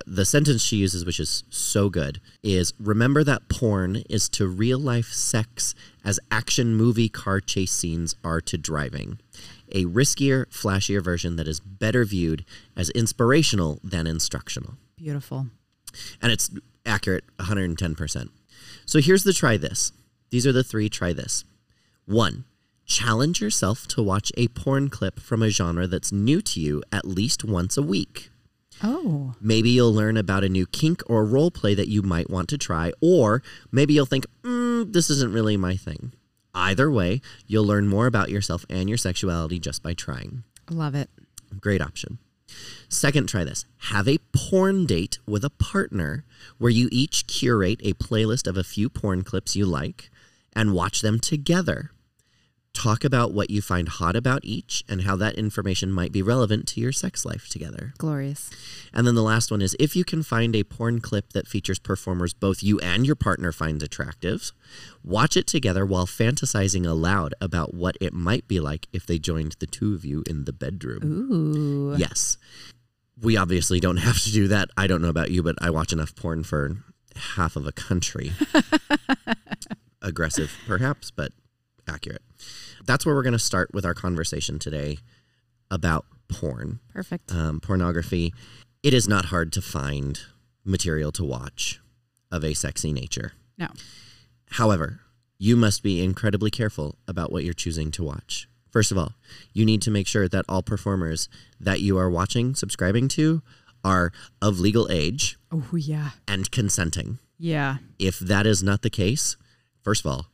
The sentence she uses, which is so good, is remember that porn is to real life sex as action movie car chase scenes are to driving. A riskier, flashier version that is better viewed as inspirational than instructional.
Beautiful.
And it's accurate 110%. So here's the try this. These are the three try this. One, challenge yourself to watch a porn clip from a genre that's new to you at least once a week.
Oh.
Maybe you'll learn about a new kink or role play that you might want to try, or maybe you'll think, mm, this isn't really my thing. Either way, you'll learn more about yourself and your sexuality just by trying.
Love it.
Great option. Second, try this. Have a porn date with a partner where you each curate a playlist of a few porn clips you like and watch them together. Talk about what you find hot about each and how that information might be relevant to your sex life together.
Glorious.
And then the last one is if you can find a porn clip that features performers both you and your partner finds attractive, watch it together while fantasizing aloud about what it might be like if they joined the two of you in the bedroom.
Ooh.
Yes. We obviously don't have to do that. I don't know about you, but I watch enough porn for half of a country. Aggressive, perhaps, but accurate. That's where we're going to start with our conversation today about porn
Perfect.
um, pornography, it is not hard to find material to watch of a sexy nature.
No.
However, you must be incredibly careful about what you're choosing to watch. First of all, you need to make sure that all performers that you are watching, subscribing to, are of legal age
Oh, yeah.
and consenting.
Yeah.
If that is not the case, first of all,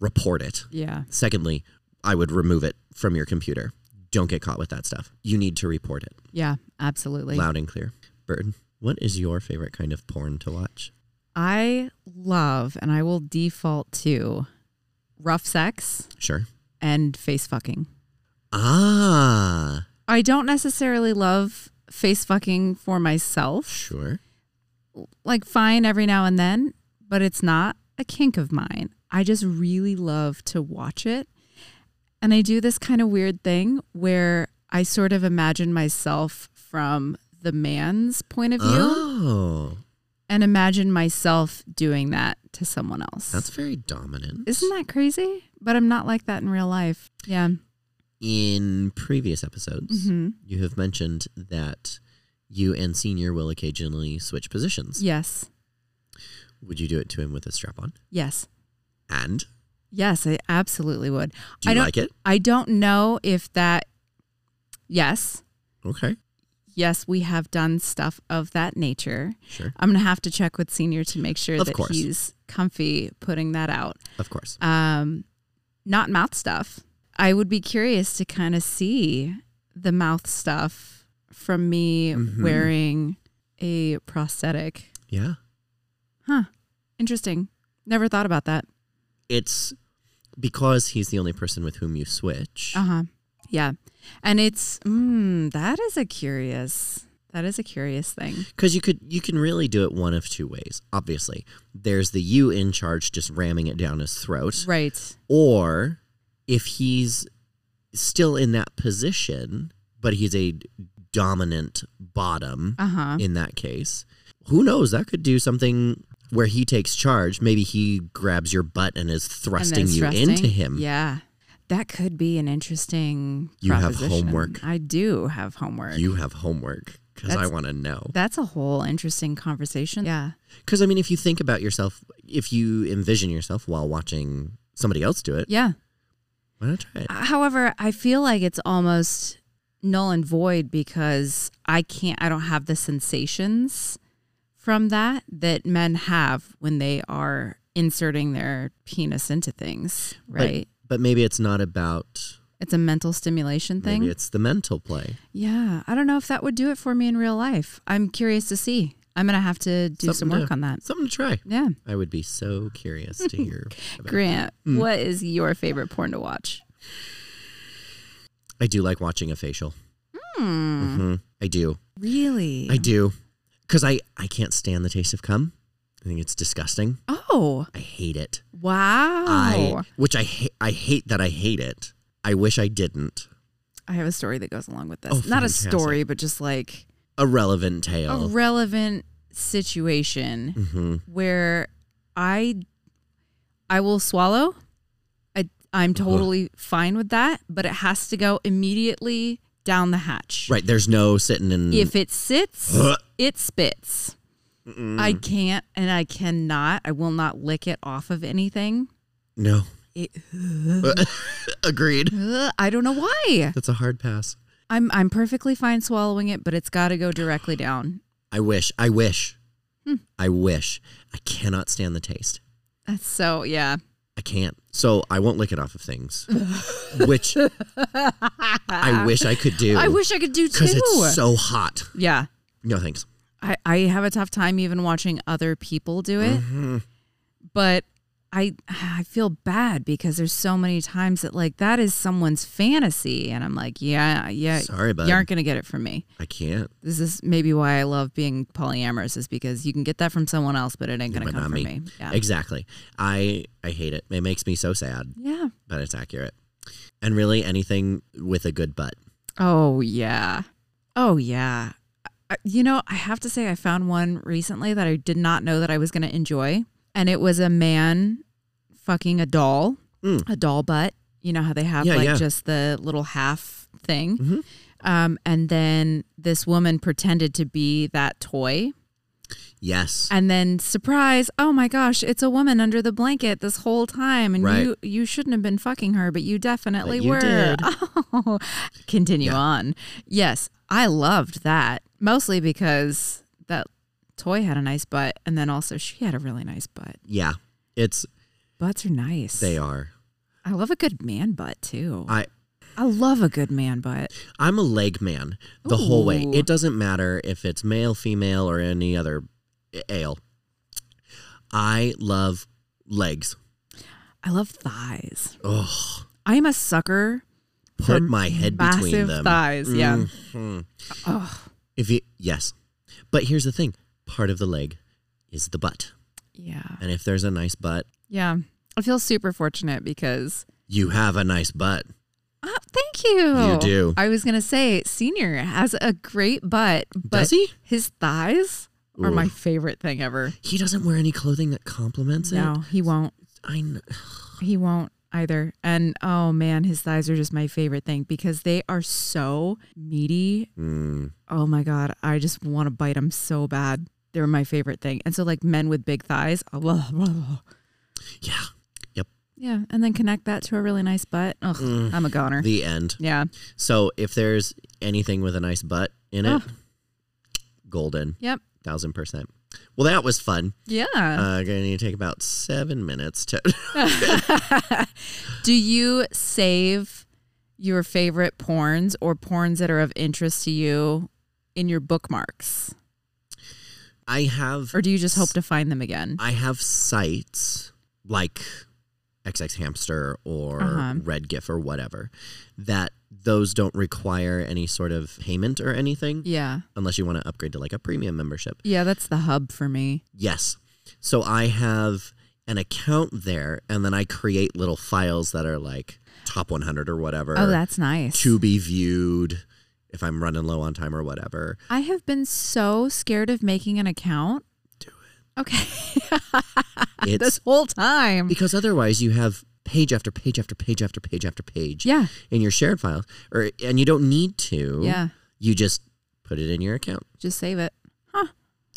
report it.
Yeah.
Secondly, I would remove it from your computer. Don't get caught with that stuff. You need to report it.
Yeah. Absolutely.
Loud and clear. Bird, what is your favorite kind of porn to watch?
I love and I will default to rough sex
Sure.
and face fucking.
Ah,
I don't necessarily love face fucking for myself.
sure.
Like fine every now and then, but it's not a kink of mine. I just really love to watch it. And I do this kind of weird thing where I sort of imagine myself from the man's point of view
Oh,
and imagine myself doing that to someone else.
that's very dominant.
Isn't that crazy? But I'm not like that in real life. Yeah.
In previous episodes,
hmm
you have mentioned that you and Senior will occasionally switch positions.
Yes.
Would you do it to him with a strap on?
Yes.
And
Yes, I absolutely would.
do
I
you
don't
like it?
I don't know if that yes.
Okay,
Yes, we have done stuff of that nature.
sure,
I'm gonna have to check with senior to make sure
Of
that
course.
he's comfy putting that out.
of course.
Um, not mouth stuff. I would be curious to kind of see the mouth stuff from me
Mhm.
wearing a prosthetic.
Yeah,
Huh. Interesting. Never thought about that.
it's because he's the only person with whom you switch.
Uh huh. Yeah. And it's mm, that is a curious. That is a curious thing.
because you could you can really do it one of two ways obviously there's the you in charge just ramming it down his throat
Right.
or if he's still in that position but he's a dominant bottom
Uh huh.
in that case who knows that could do something where he takes charge maybe he grabs your butt and is thrusting you into him
Yeah. That could be an interesting
You have
proposition.
homework.
I do have homework.
you have homework because i
That's-
want to know
That's a whole interesting conversation. Yeah.
because i mean if you think about yourself if you envision yourself while watching somebody else do it
Yeah. Uh,
why not try it
However, I feel like it's almost null and void because I can't, I don't have the sensations from that that men have when they are inserting their penis into things,
But-
right?
But, maybe it's not about
it's a mental stimulation thing.
maybe it's the mental play.
yeah. I don't know if that would do it for me in real life. I'm curious to see. I'm going to have to do
Something
some
to-
work on that.
Something to try.
Yeah.
I would be so curious to hear. about.
Grant,
Mm.
what is your favorite porn to watch?
I do like watching a facial.
Mm.
hmm I do.
Really?
I do. Cuz I I can't stand the taste of cum. I think it's disgusting.
oh,
I hate it.
wow. Oh.
I which I ha- I hate that I hate it. I wish I didn't.
I have a story that goes along with this.
Oh,
Not a
fantastic.
story, but just like
A relevant
a
tale.
relevant situation
hmm
where I I will swallow. I I'm
Uh-huh.
totally fine with that, but it has to go immediately down the hatch.
Right, there's no sitting and
If it sits, it spits. I
Mm.
can't and I cannot. I will not lick it off of anything.
No.
It,
Agreed.
Ugh, I don't know why.
That's a hard pass.
I'm I'm perfectly fine swallowing it, but it's got to go directly down.
I wish. I wish.
Hmm.
I wish. I cannot stand the taste.
That's so yeah.
I can't. So I won't lick it off of things, which I wish I could do.
I wish I could do too.
because it's so hot.
yeah.
No thanks.
I, I have a tough time even watching other people do
Mm.
it. But I I feel bad because there's so many times that like that is someone's fantasy and I'm like, yeah, yeah,
Sorry, bud.
you aren't going to get it from me.
I can't.
This is maybe why I love being polyamorous is because you can get that from someone else but it ain't going to
But
come
not
from
me.
me. Yeah.
Exactly. I I hate it. It makes me so sad,
yeah.
but it's accurate. And really, anything with a good butt.
Oh yeah. Oh yeah. I, you know, I have to say I found one recently that I did not know that I was going to enjoy, and it was a man fucking a doll,
Mm.
a doll butt. You know how they have
Yeah,
like
yeah.
just the little half thing.
Mhm.
Um, and then this woman pretended to be that toy.
Yes.
And then surprise, oh my gosh, it's a woman under the blanket this whole time and
Right.
you you shouldn't have been fucking her, but you definitely
But you
were.
did.
Oh. Continue
Yeah.
on. Yes, I loved that. Mostly because that toy had a nice butt and then also she had a really nice butt.
yeah. It's
Butts are nice.
they are.
I love a good man butt too. I,
I
love a good man butt.
I'm a leg man the whole way.
Ooh.
It doesn't matter if it's male, female, or any other eh, ale. I love legs.
I love thighs.
Ugh.
I am a sucker.
Put
for
my head between
massive
them.
thighs, yeah.
Mhm.
Oh,
If you yes, but here's the thing: part of the leg is the butt,
yeah.
and if there's a nice butt,
Yeah. I feel super fortunate because
you have a nice butt.
Oh, thank you.
You do.
I was gonna say, senior has a great butt, but
Does he?
his thighs are
Ooh.
my favorite thing ever.
He doesn't wear any clothing that complements it.
No, he won't.
I kn-
He won't either. And oh man, his thighs are just my favorite thing because they are so meaty.
Mm,
Oh my god, I just want to bite them so bad. They're my favorite thing. And so like men with big thighs, I love-
yeah. Yep.
Yeah, and then connect that to a really nice butt. Ugh, I'm a goner.
Mm. The end.
yeah,
So if there's anything with a nice butt in it, golden,
yep,
thousand percent. Well, that was fun.
yeah.
Uh, gonna need to take about seven minutes to.
Do you save your favorite porns or porns that are of interest to you in your bookmarks,
I have
or do you just hope to find them again?
I have sites like XX Hamster or
Uh-huh.
Red GIF or whatever that those don't require any sort of payment or anything
Yeah,
unless you want to upgrade to like a premium membership.
yeah. That's the hub for me.
Yes. So I have an account there and then I create little files that are like top 100 or whatever
Oh, that's nice.
to be viewed if I'm running low on time or whatever.
I have been so scared of making an account. Do it. Okay.
It's
this whole time.
because otherwise you have page after page after page after page after page.
Yeah.
in your shared files or and you don't need to
Yeah.
you just put it in your account
Just save it.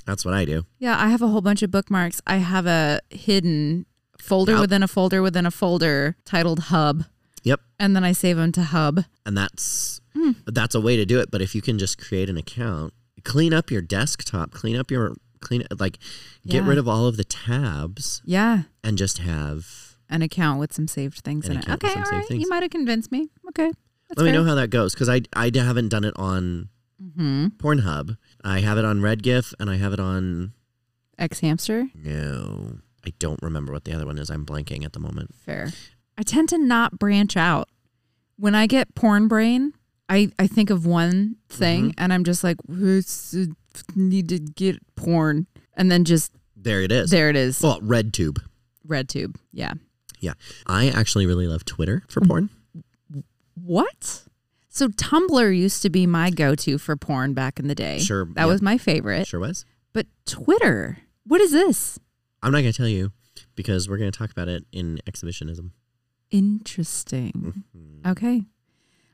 that's what i do
Yeah, I have a whole bunch of bookmarks. I have a hidden folder
Yep.
within a folder within a folder titled Hub,
yep
and then I save them to Hub.
and that's
Hmm.
that's a way to do it but if you can just create an account clean up your desktop clean up your clean like get
Yeah.
rid of all of the tabs
Yeah,
and just have
an account with some saved things
An
in it.
account
Okay,
with
all
some saved
right.
things.
You might have convinced me. Okay. That's
let me
fair.
know how that goes because I, I haven't done it on
Mhm.
pornhub i have it on redgif and i have it on
Ex hamster.
no i don't remember what the other one is i'm blanking at the moment
Fair. I tend to not branch out. When I get porn brain, I, I think of one thing
Mm-hmm.
and I'm just like, "Who's- uh, need to get porn. And then just,
there it is
there it is.
well redtube
Red tube. Yeah.
Yeah. I actually really love Twitter for porn.
What? So Tumblr used to be my go to for porn back in the day.
Sure,
That
yeah.
was my favorite.
Sure was.
But Twitter, what is this?
I'm not going to tell you because we're going to talk about it in exhibitionism.
Interesting.
Mm-hmm.
Okay.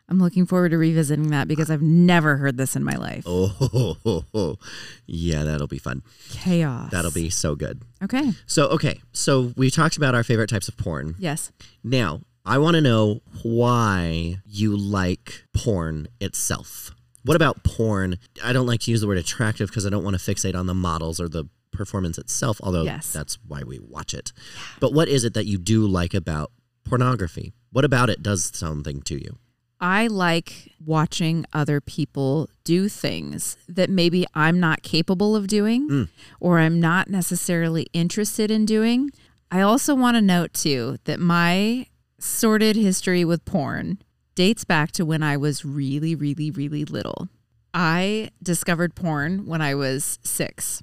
I'm looking forward to revisiting that because I've never heard this in my life.
Oh, ho, ho, ho. yeah, that'll be fun.
Chaos.
That'll be so good.
Okay.
So, okay. So, we talked about our favorite types of porn.
Yes.
Now, I want to know why you like porn itself. What about porn? I don't like to use the word attractive because I don't want to fixate on the models or the performance itself, although
Yes.
that's why we watch it. But what is it that you do like about pornography? What about it does something to you?
I like watching other people do things that maybe I'm not capable of doing
Mm.
or I'm not necessarily interested in doing. I also want to note too that my sordid history with porn dates back to when I was really, really, really little. I discovered porn when I was six,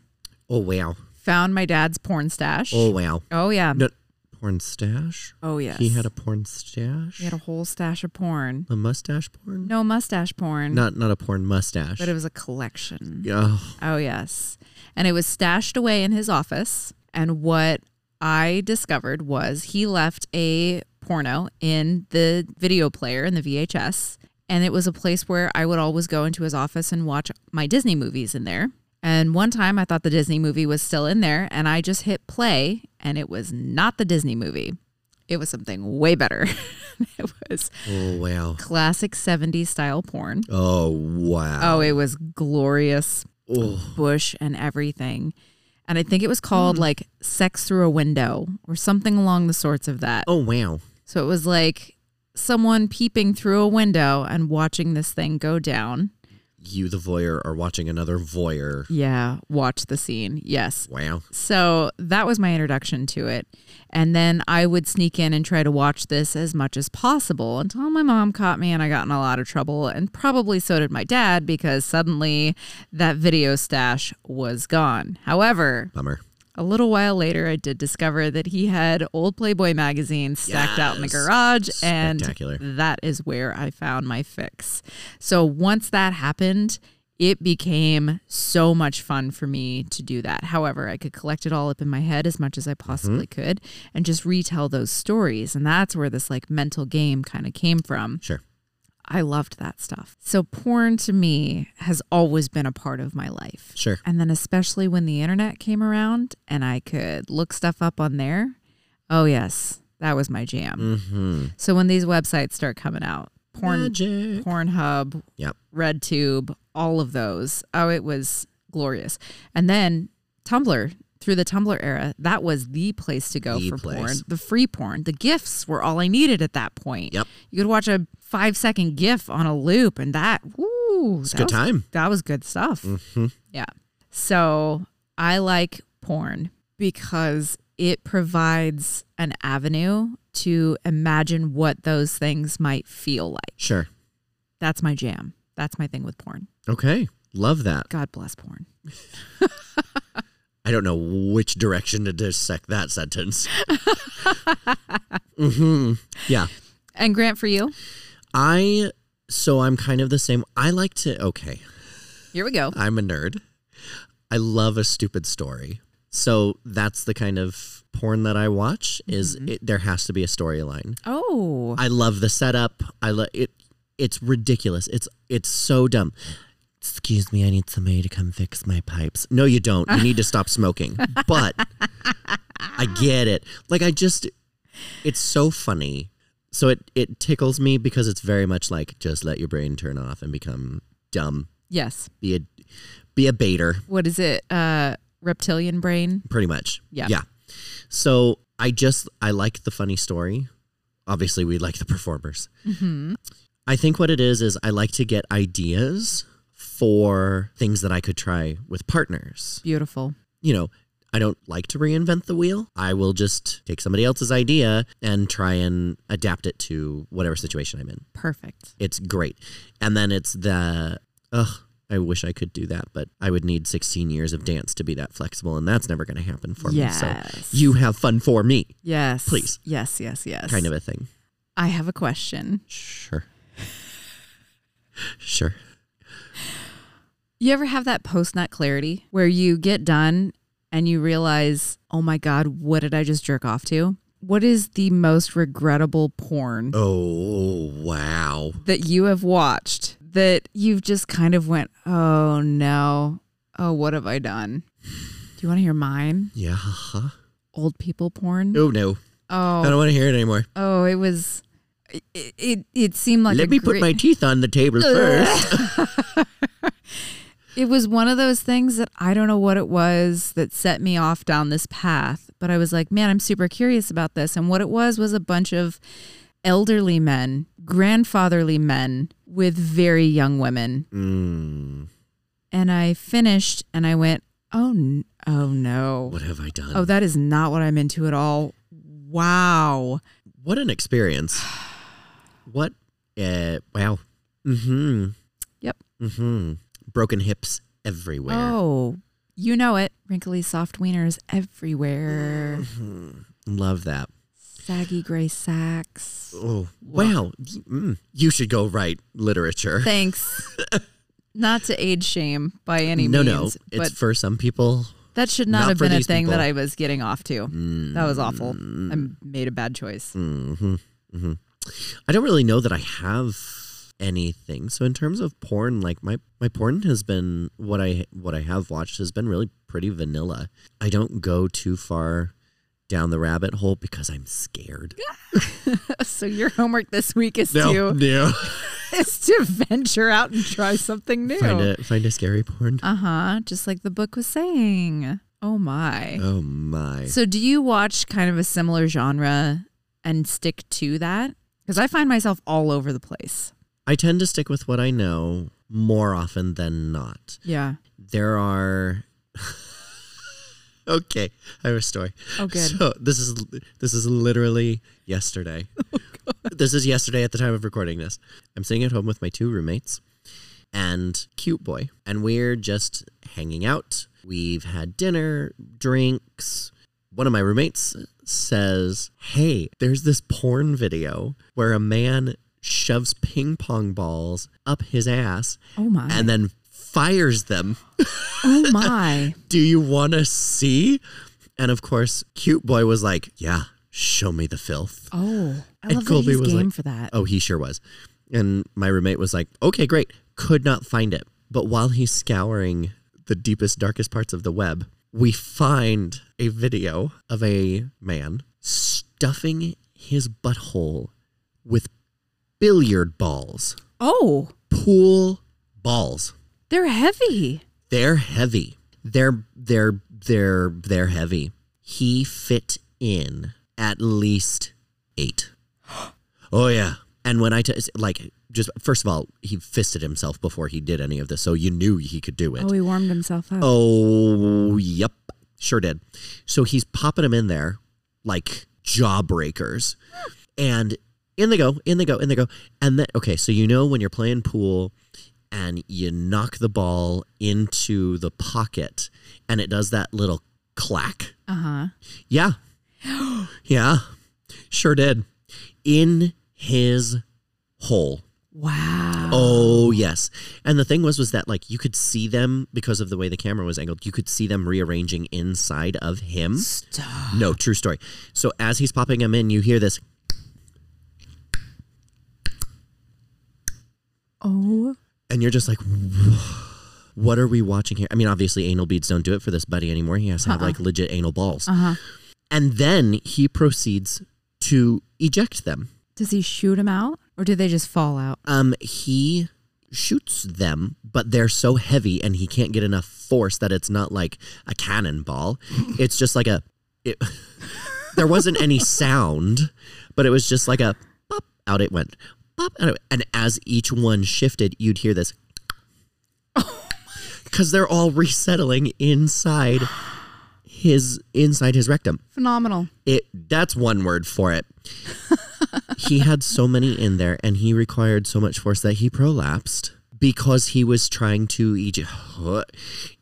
Oh, wow.
found my dad's porn stash.
Oh, wow.
Oh, yeah.
No, porn stash?
Oh, yes.
He had a porn stash?
He had a whole stash of porn.
a mustache porn?
No mustache porn,
Not, not a porn mustache.
but it was a collection.
Oh,
Oh, yes. And it was stashed away in his office. And what I discovered was he left a porno in the video player in the VHS. And it was a place where I would always go into his office and watch my Disney movies in there. And one time I thought the Disney movie was still in there and I just hit play and it was not the Disney movie. It was something way better. it was
oh, wow.
classic 70s style porn.
Oh, wow.
Oh, it was glorious
Oh.
bush and everything. And I think it was called like Sex Through a Window or something along the sorts of that.
Oh wow.
So it was like someone peeping through a window and watching this thing go down.
You the voyeur are watching another voyeur.
Yeah, watch the scene. Yes.
Wow.
So that was my introduction to it. And then I would sneak in and try to watch this as much as possible until my mom caught me and I got in a lot of trouble. And probably so did my dad because suddenly that video stash was gone. However,
Bummer.
A little while later, I did discover that he had old Playboy magazines stacked out in the
Yes.
garage, and
Spectacular.
that is where I found my fix. So once that happened, it became so much fun for me to do that. However, I could collect it all up in my head as much as
Mm-hmm.
I possibly could and just retell those stories. And that's where this like mental game kind of came from.
Sure.
I loved that stuff. So porn to me has always been a part of my life.
Sure.
And then, especially when the internet came around and I could look stuff up on there. Oh, yes. That was my jam.
Mm-hmm.
So when these websites start coming out, porn,
Magic.
Pornhub,
Yep.
RedTube, all of those. Oh, it was glorious. And then Tumblr through the Tumblr era, that was the place to go
The
for porn.
place.
The free porn, the gifs were all I needed at that point.
Yep.
You could watch a five second gif on a loop, and that, woo,
It's a
that
good
was-
time.
That was good stuff.
Mm-hmm.
Yeah. So I like porn because it provides an avenue to imagine what those things might feel like.
Sure.
That's my jam. That's my thing with porn.
Okay. Love that.
God bless porn.
I don't know which direction to dissect that sentence. hmm Yeah.
And Grant, for you,
I, so I'm kind of the same. I like to, okay.
here we go.
I'm a nerd. I love a stupid story. So that's the kind of porn that I watch is
Mm-hmm.
it, there has to be a storyline.
Oh,
I love the setup. I love it it's ridiculous. It's it's so dumb. Excuse me, I need somebody to come fix my pipes. No, you don't. You need to stop smoking. But I get it. Like I just it's so funny. So it it tickles me because it's very much like just let your brain turn off and become dumb.
yes.
Be a be a baiter
What is it? Uh, reptilian brain?
pretty much.
Yeah.
Yeah. So I just I like the funny story. Obviously, we like the performers.
Mm-hmm.
I think what it is is I like to get ideas for things that I could try with partners.
Beautiful.
You know, I don't like to reinvent the wheel. I will just take somebody else's idea and try and adapt it to whatever situation I'm in.
Perfect.
It's great. And then it's the ugh, I wish I could do that, but I would need 16 years of dance to be that flexible and that's never going to happen for me. So
yes.
you have fun for me
Yes.
Please.
Yes. Yes. Yes.
kind of a thing.
I have a question.
Sure. Sure.
You ever have that post nut clarity where you get done and you realize, oh my God, what did I just jerk off to? What is the most regrettable porn
Oh, wow.
that you have watched that you've just kind of went, oh no, oh, what have I done? Do you want to hear mine?
Yeah.
Old people porn?
Oh, no. I
Oh,
don't want to hear it anymore.
oh, it was, it, it, it seemed like a
Let me
Oh,
put
great-
my teeth on the table first.
It was one of those things that I don't know what it was that set me off down this path, but I was like, man, I'm super curious about this. And what it was was a bunch of elderly men, grandfatherly men with very young women.
Mm,
And I finished and I went, oh, n- oh no.
what have I done?
Oh, that is not what I'm into at all. Wow.
what an experience. What? Uh, wow. Mm hmm.
Yep.
Mm hmm. Broken hips everywhere.
Oh, you know it. Wrinkly, soft wieners everywhere.
Mhm. Love that.
Saggy gray sacks.
Oh, wow. Y- Mm, you should go write literature.
Thanks. Not to age shame by any
no, no.
means, but
It's for some people.
that should not,
not
have
for
been a
these
thing that
people.
I was getting off to. That was awful.
Mm.
I made a bad choice.
hmm hmm I don't really know that I have anything. So in terms of porn, like my my porn has been what I what I have watched has been really pretty vanilla. I don't go too far down the rabbit hole because I'm scared.
so your homework this week is to
no.
is to venture out and try something
find
new.
a find a scary porn.
Uh huh. Just like the book was saying. Oh my.
Oh my.
So do you watch kind of a similar genre and stick to that? Because I find myself all over the place.
I tend to stick with what I know more often than not.
Yeah.
There are Okay, I have a story.
Oh, good.
So this is this is literally yesterday. This is yesterday at the time of recording this. I'm sitting at home with my two roommates and cute boy, and we're just hanging out. We've had dinner, drinks. One of my roommates says, "Hey, there's this porn video where a man shoves ping pong balls up his ass
oh my.
and then fires them."
oh my.
do you want to see? And of course, cute boy was like, yeah, show me the filth.
Oh. I
And
love that
Colby
he's
was
game
like,
for that.
Oh, he sure was. And my roommate was like, okay, great. Could not find it. But while he's scouring the deepest, darkest parts of the web, we find a video of a man stuffing his butthole with billiard balls,
Oh,
pool balls.
they're heavy.
They're heavy. They're they're they're they're heavy. He fit in at least eight. Oh yeah. And when I t- like just first of all, he fisted himself before he did any of this, so you knew he could do it.
Oh, he warmed himself up.
Oh, yep. Sure did. So he's popping them in there like jawbreakers. And in they go, in they go, in they go. And then, okay, so you know when you're playing pool and you knock the ball into the pocket and it does that little clack.
Uh huh.
Yeah. yeah. Sure did. In his hole.
Wow.
Oh yes, and the thing was was that like you could see them because of the way the camera was angled. You could see them rearranging inside of him.
Stop.
No, true story. So as he's popping them in, you hear this.
Oh,
and you're just like, what are we watching here? I mean, obviously, anal beads don't do it for this buddy anymore. He has to have like legit anal balls.
Uh-uh. Uh-huh.
And then he proceeds to eject them.
does he shoot him out, or do they just fall out?
Um, he shoots them, but they're so heavy and he can't get enough force that it's not like a cannonball. it's just like a. It, there wasn't any sound, but it was just like a pop out it went. Pop out it, and as each one shifted, you'd hear this. Because they're all resettling inside his inside his rectum.
Phenomenal.
It that's one word for it. he had so many in there and he required so much force that he prolapsed because he was trying to eject.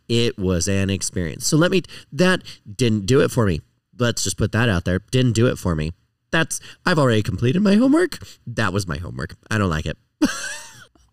It was an experience. So let me that didn't do it for me. Let's just put that out there. Didn't do it for me. That's I've already completed my homework. That was my homework. I don't like it.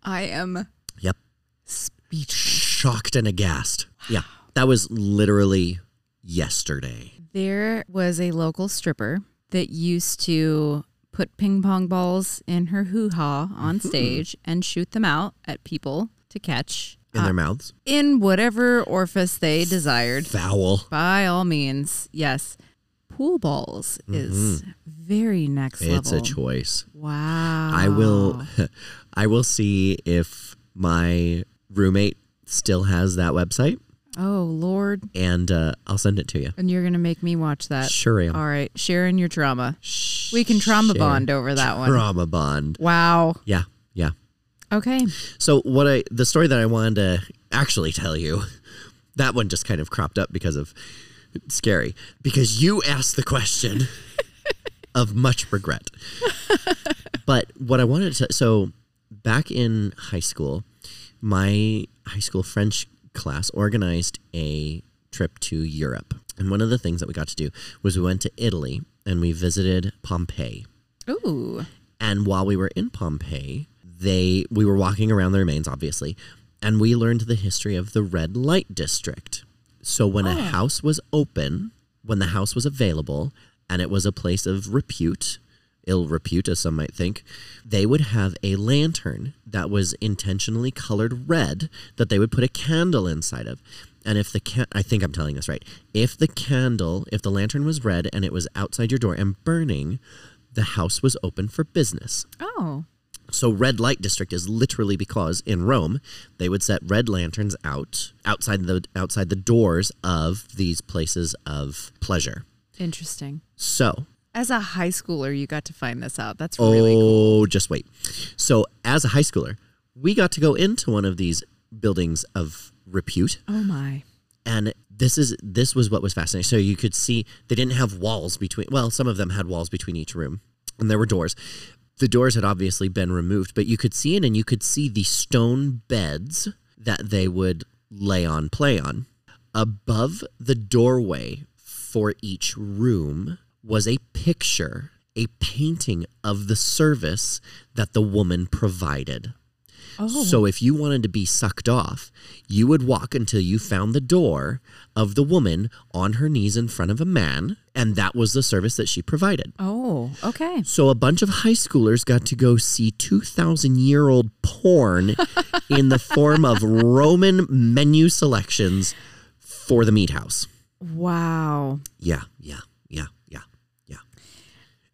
I am
Yep.
speechless.
Shocked and aghast. Yeah. That was literally yesterday.
There was a local stripper that used to put ping pong balls in her hoo ha on stage and shoot them out at people to catch uh,
In their mouths.
in whatever orifice they desired.
Foul.
By all means, yes. Pool balls is very next
Mm-hmm. It's
level.
a choice.
wow.
I will
Ah.
I will see if my roommate still has that website
Oh Lord.
and uh, I'll send it to you.
And you're gonna make me watch that.
Sure am.
All right. Sharing your trauma. We can trauma
Share.
bond over that one.
Trauma bond.
Wow.
Yeah, yeah.
Okay.
So what I the story that I wanted to actually tell you, that one just kind of cropped up because of it's scary because you asked the question of much regret. but what I wanted to so back in high school, my high school French class organized a trip to Europe. And one of the things that we got to do was we went to Italy and we visited Pompeii.
Ooh.
And while we were in Pompeii, they we were walking around the remains, obviously, and we learned the history of the red light district. So when a house was open, when the house was available, and it was a place of repute, ill repute as some might think, they would have a lantern that was intentionally colored red that they would put a candle inside of. And if the can I think I'm telling this right. If the candle, if the lantern was red and it was outside your door and burning, the house was open for business.
Oh.
So red light district is literally because in Rome they would set red lanterns out outside the outside the doors of these places of pleasure.
Interesting.
So
As a high schooler, you got to find this out. That's
oh,
really cool.
just wait. So as a high schooler, we got to go into one of these buildings of repute
Oh my.
and this is this was what was fascinating so you could see they didn't have walls between well some of them had walls between each room and there were doors the doors had obviously been removed but you could see it and you could see the stone beds that they would lay on play on above the doorway for each room was a picture a painting of the service that the woman provided
Oh.
so if you wanted to be sucked off, you would walk until you found the door of the woman on her knees in front of a man, and that was the service that she provided.
Oh. Okay.
So a bunch of high schoolers got to go see 2,000 year old porn in the form of Roman menu selections for the meat house.
Wow.
Yeah, yeah, yeah, yeah, yeah.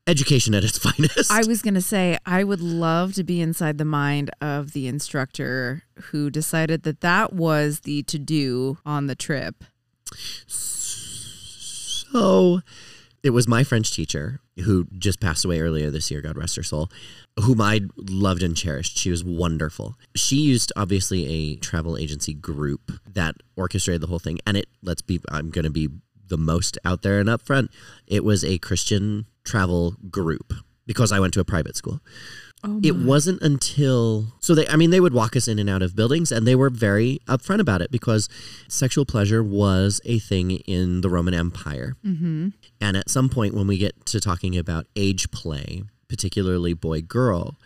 education at its finest.
I was going to say, I would love to be inside the mind of the instructor who decided that that was the to do on the trip.
So it was my French teacher who just passed away earlier this year, God rest her soul, whom I loved and cherished. She was wonderful. She used obviously a travel agency group that orchestrated the whole thing. And it, let's be, I'm going to be the most out there and upfront. It was a Christian travel group because I went to a private school.
Oh,
It wasn't until so they I mean they would walk us in and out of buildings and they were very upfront about it because sexual pleasure was a thing in the Roman Empire.
mm-hmm.
And at some point when we get to talking about age play, particularly boy girl,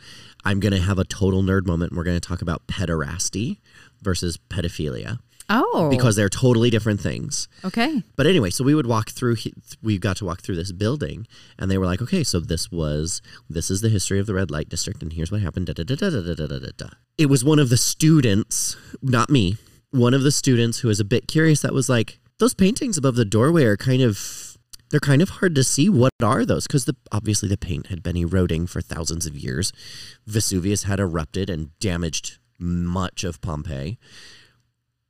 I'm going to have a total nerd moment and we're going to talk about pederasty versus pedophilia
Oh,
because they're totally different things.
okay.
But anyway, so we would walk through. he- We got to walk through this building, and they were like, "Okay, so this was this is the history of the red light district, and here's what happened." Da, da, da, da, da, da, da, da, da, da. It was one of the students, not me, one of the students who was a bit curious. That was like, "Those paintings above the doorway are kind of." They're kind of hard to see. What are those? Because the, obviously the paint had been eroding for thousands of years. Vesuvius had erupted and damaged much of Pompeii.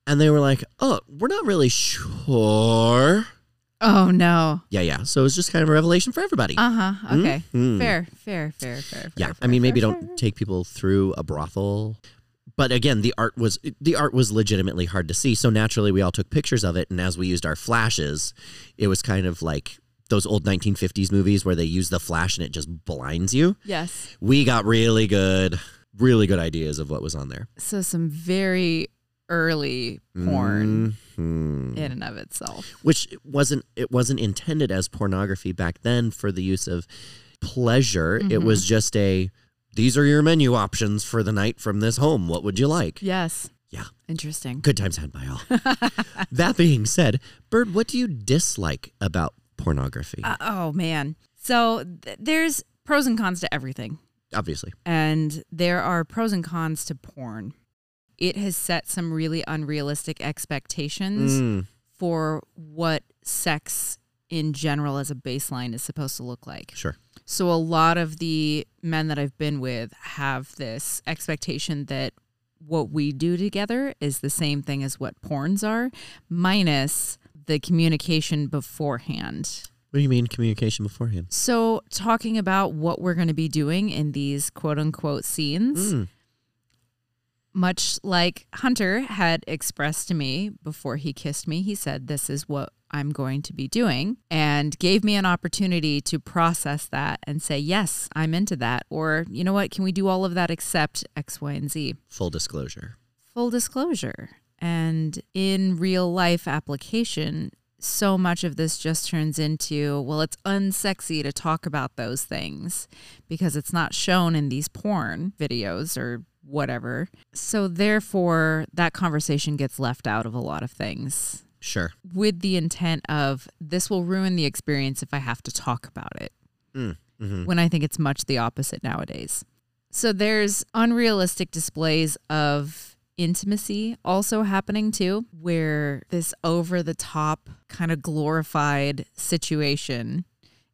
And they were like, oh, we're not really sure.
Oh, no.
Yeah, yeah. So it's just kind of a revelation for everybody.
Uh huh. Okay.
Mhm.
Fair, fair, fair, fair, fair.
yeah, I
fair,
mean, maybe
fair,
don't take people through a brothel, but again, the art was the art was legitimately hard to see. So naturally, we all took pictures of it, and as we used our flashes, it was kind of like those old 1950s movies where they use the flash and it just blinds you.
fair. Yes.
We got really good, really good ideas of what was on there.
So, some very early porn
Mhm.
in and of itself.
which it wasn't it wasn't intended as pornography back then for the use of pleasure it was just a these are your menu options for the night from this home what would you like
Yes.
Yeah.
Interesting.
good times had by all that being said bird what do you dislike about pornography
Uh, oh, man. So, th- there's pros and cons to everything.
obviously
and there are pros and cons to porn. It has set some really unrealistic expectations
Mm,
for what sex in general as a baseline is supposed to look like.
sure
So, a lot of the men that I've been with have this expectation that what we do together is the same thing as what porns are, minus the communication beforehand.
what do you mean communication beforehand
So, talking about what we're going to be doing in these quote unquote scenes,
Mm.
much like Hunter had expressed to me before he kissed me, he said, This is what I'm going to be doing, and gave me an opportunity to process that and say, Yes, I'm into that. Or, you know what? Can we do all of that except X, Y, and Z?
full disclosure
full disclosure. And in real life application, so much of this just turns into, well, it's unsexy to talk about those things because it's not shown in these porn videos or whatever. So, therefore, that conversation gets left out of a lot of things
sure
with the intent of this will ruin the experience if I have to talk about it.
Mm, mhm.
When I think it's much the opposite nowadays. So there's unrealistic displays of intimacy also happening too, where this over the top kind of glorified situation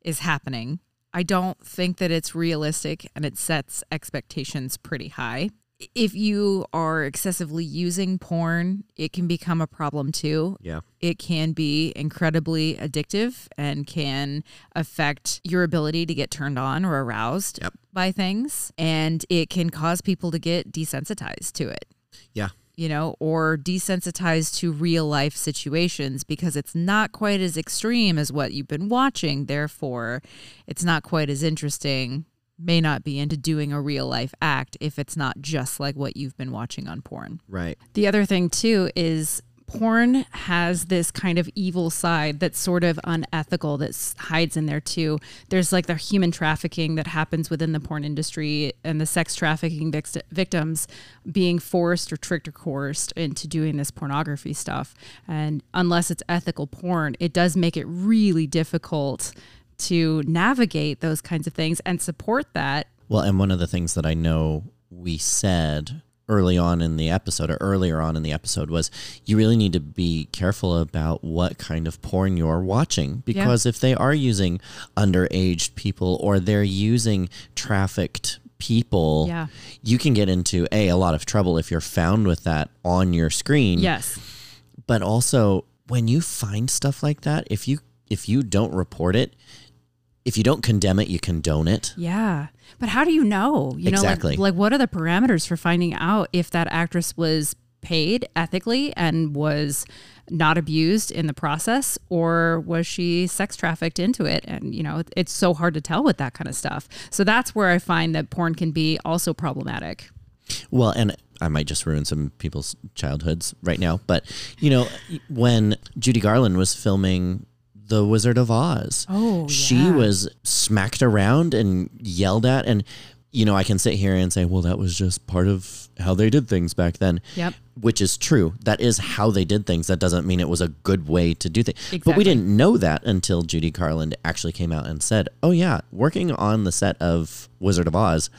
is happening. I don't think that it's realistic and it sets expectations pretty high. If you are excessively using porn, it can become a problem too
yeah
it can be incredibly addictive and can affect your ability to get turned on or aroused
Yep.
by things. And it can cause people to get desensitized to it,
yeah
you know, or desensitized to real life situations because it's not quite as extreme as what you've been watching. Therefore, it's not quite as interesting. May not be into doing a real life act if it's not just like what you've been watching on porn.
right
The other thing too is porn has this kind of evil side that's sort of unethical that s- hides in there too. There's like the human trafficking that happens within the porn industry and the sex trafficking vict- victims being forced or tricked or coerced into doing this pornography stuff. And unless it's ethical porn, it does make it really difficult to navigate those kinds of things and support that.
Well, and one of the things that I know we said early on in the episode or earlier on in the episode was you really need to be careful about what kind of porn you're watching because if they are using underage people or they're using trafficked people
Yeah.
you can get into a a lot of trouble if you're found with that on your screen
Yes.
but also when you find stuff like that if you if you don't report it if you don't condemn it you condone it
Yeah. But how do you know? You
Exactly.
know, like, like what are the parameters for finding out if that actress was paid ethically and was not abused in the process or was she sex trafficked into it and you know it- it's so hard to tell with that kind of stuff so that's where i find that porn can be also problematic
Well, and I might just ruin some people's childhoods right now, but you know, when Judy Garland was filming The Wizard of Oz,
Oh,
she
yeah.
was smacked around and yelled at and you know, I can sit here and say, well, that was just part of how they did things back then.
Yep.
Which is true. That is how they did things. That doesn't mean it was a good way to do things. But we
Exactly.
didn't know that until Judy Garland actually came out and said, oh, yeah, working on the set of Wizard of Oz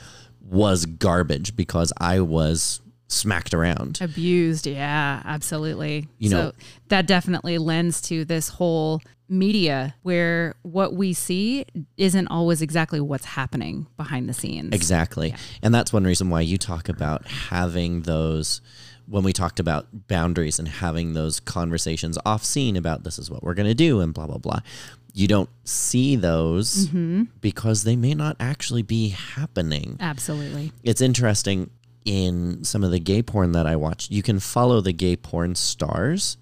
was garbage because I was smacked around.
abused yeah absolutely
You
so
know-
that definitely lends to this whole media where what we see isn't always exactly what's happening behind the scenes
Exactly. And that's one reason why you talk about having those when we talked about boundaries and having those conversations off scene about this is what we're going to do and blah blah blah. You don't see those because they may not actually be happening.
absolutely
It's interesting in some of the gay porn that I watch, you can follow the gay porn stars